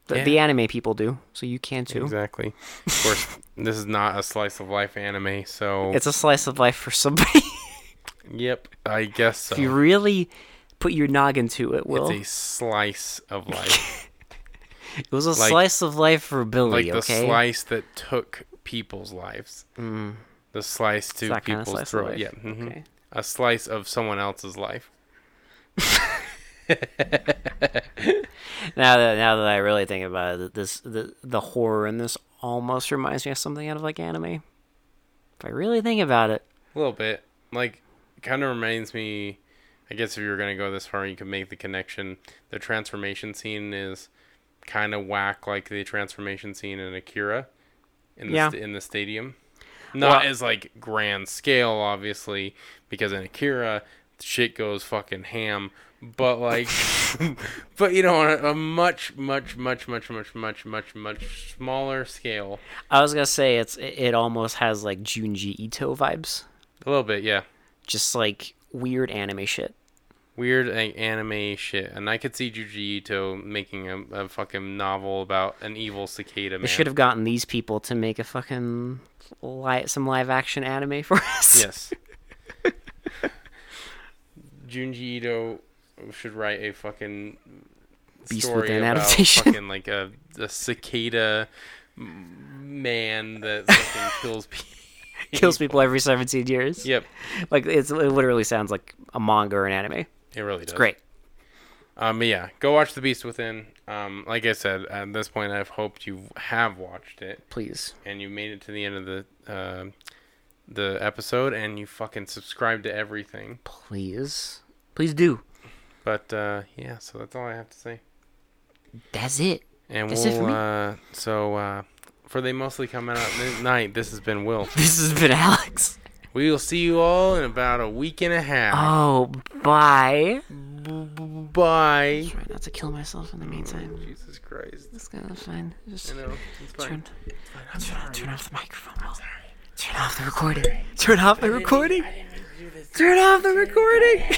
Speaker 2: the,
Speaker 1: Yeah.
Speaker 2: the anime people do so you can too
Speaker 1: Exactly. Of course, this is not a slice of life anime, so
Speaker 2: it's a slice of life for somebody
Speaker 1: yep, I guess so.
Speaker 2: if you really put your noggin to it will
Speaker 1: It's a slice of life.
Speaker 2: it was a
Speaker 1: like-
Speaker 2: slice of life for
Speaker 1: like
Speaker 2: billy
Speaker 1: the
Speaker 2: okay
Speaker 1: slice that took people's lives. Mm. The slice to
Speaker 2: that kinda
Speaker 1: people's
Speaker 2: slice of
Speaker 1: throat.
Speaker 2: life.
Speaker 1: Yeah, mhm.
Speaker 2: Okay.
Speaker 1: a slice of someone else's life.
Speaker 2: now that now that i really think about it this the, the horror in this almost reminds me of something out of like anime if i really think about it
Speaker 1: A little bit, like, kind of reminds me. I guess if you were gonna go this far, you could make the connection. The transformation scene is kind of whack, like the transformation scene in Akira, in the
Speaker 2: Yeah.
Speaker 1: st- in the stadium. Not
Speaker 2: Well-
Speaker 1: as like grand scale, obviously, because in Akira, shit goes fucking ham. But like, but you know, on a, a much, much, much, much, much, much, much, much smaller scale,
Speaker 2: i was gonna say it's it, it almost has like junji ito vibes
Speaker 1: a little bit, yeah.
Speaker 2: just like weird anime shit
Speaker 1: weird like, anime shit, and I could see Juji Ito making a, a fucking novel about an evil cicada man.
Speaker 2: They should have gotten these people to make a fucking li- some live action anime for us.
Speaker 1: Yes. Junji Ito should write a fucking
Speaker 2: Beast
Speaker 1: story
Speaker 2: Within
Speaker 1: about
Speaker 2: adaptation.
Speaker 1: fucking like a, a cicada m- man that fucking kills people.
Speaker 2: Kills people every 17 years.
Speaker 1: Yep,
Speaker 2: Like it's it literally sounds like a manga or an anime.
Speaker 1: it really does.
Speaker 2: Great.
Speaker 1: Um, but yeah, go watch The Beast Within. Um, like I said, at this point, I've hoped you have watched it.
Speaker 2: Please.
Speaker 1: and you made it to the end of the uh, the episode and you fucking subscribe to everything.
Speaker 2: Please. Please do.
Speaker 1: But uh, yeah, so that's all I have to say.
Speaker 2: That's it.
Speaker 1: And
Speaker 2: That's it
Speaker 1: we'll
Speaker 2: for me.
Speaker 1: uh, so uh, for they mostly come out at midnight. This has been Will.
Speaker 2: This has been Alex.
Speaker 1: We will see you all in about a week and a half.
Speaker 2: Oh, bye.
Speaker 1: Bye.
Speaker 2: Try not to kill myself in the meantime.
Speaker 1: Jesus Christ.
Speaker 2: It's gonna fine. Just
Speaker 1: I know. It's fine.
Speaker 2: turn, turn, off- turn off the microphone. Will. Turn off the recording. Turn off the recording.
Speaker 1: I didn't mean to do this.
Speaker 2: Turn off the recording.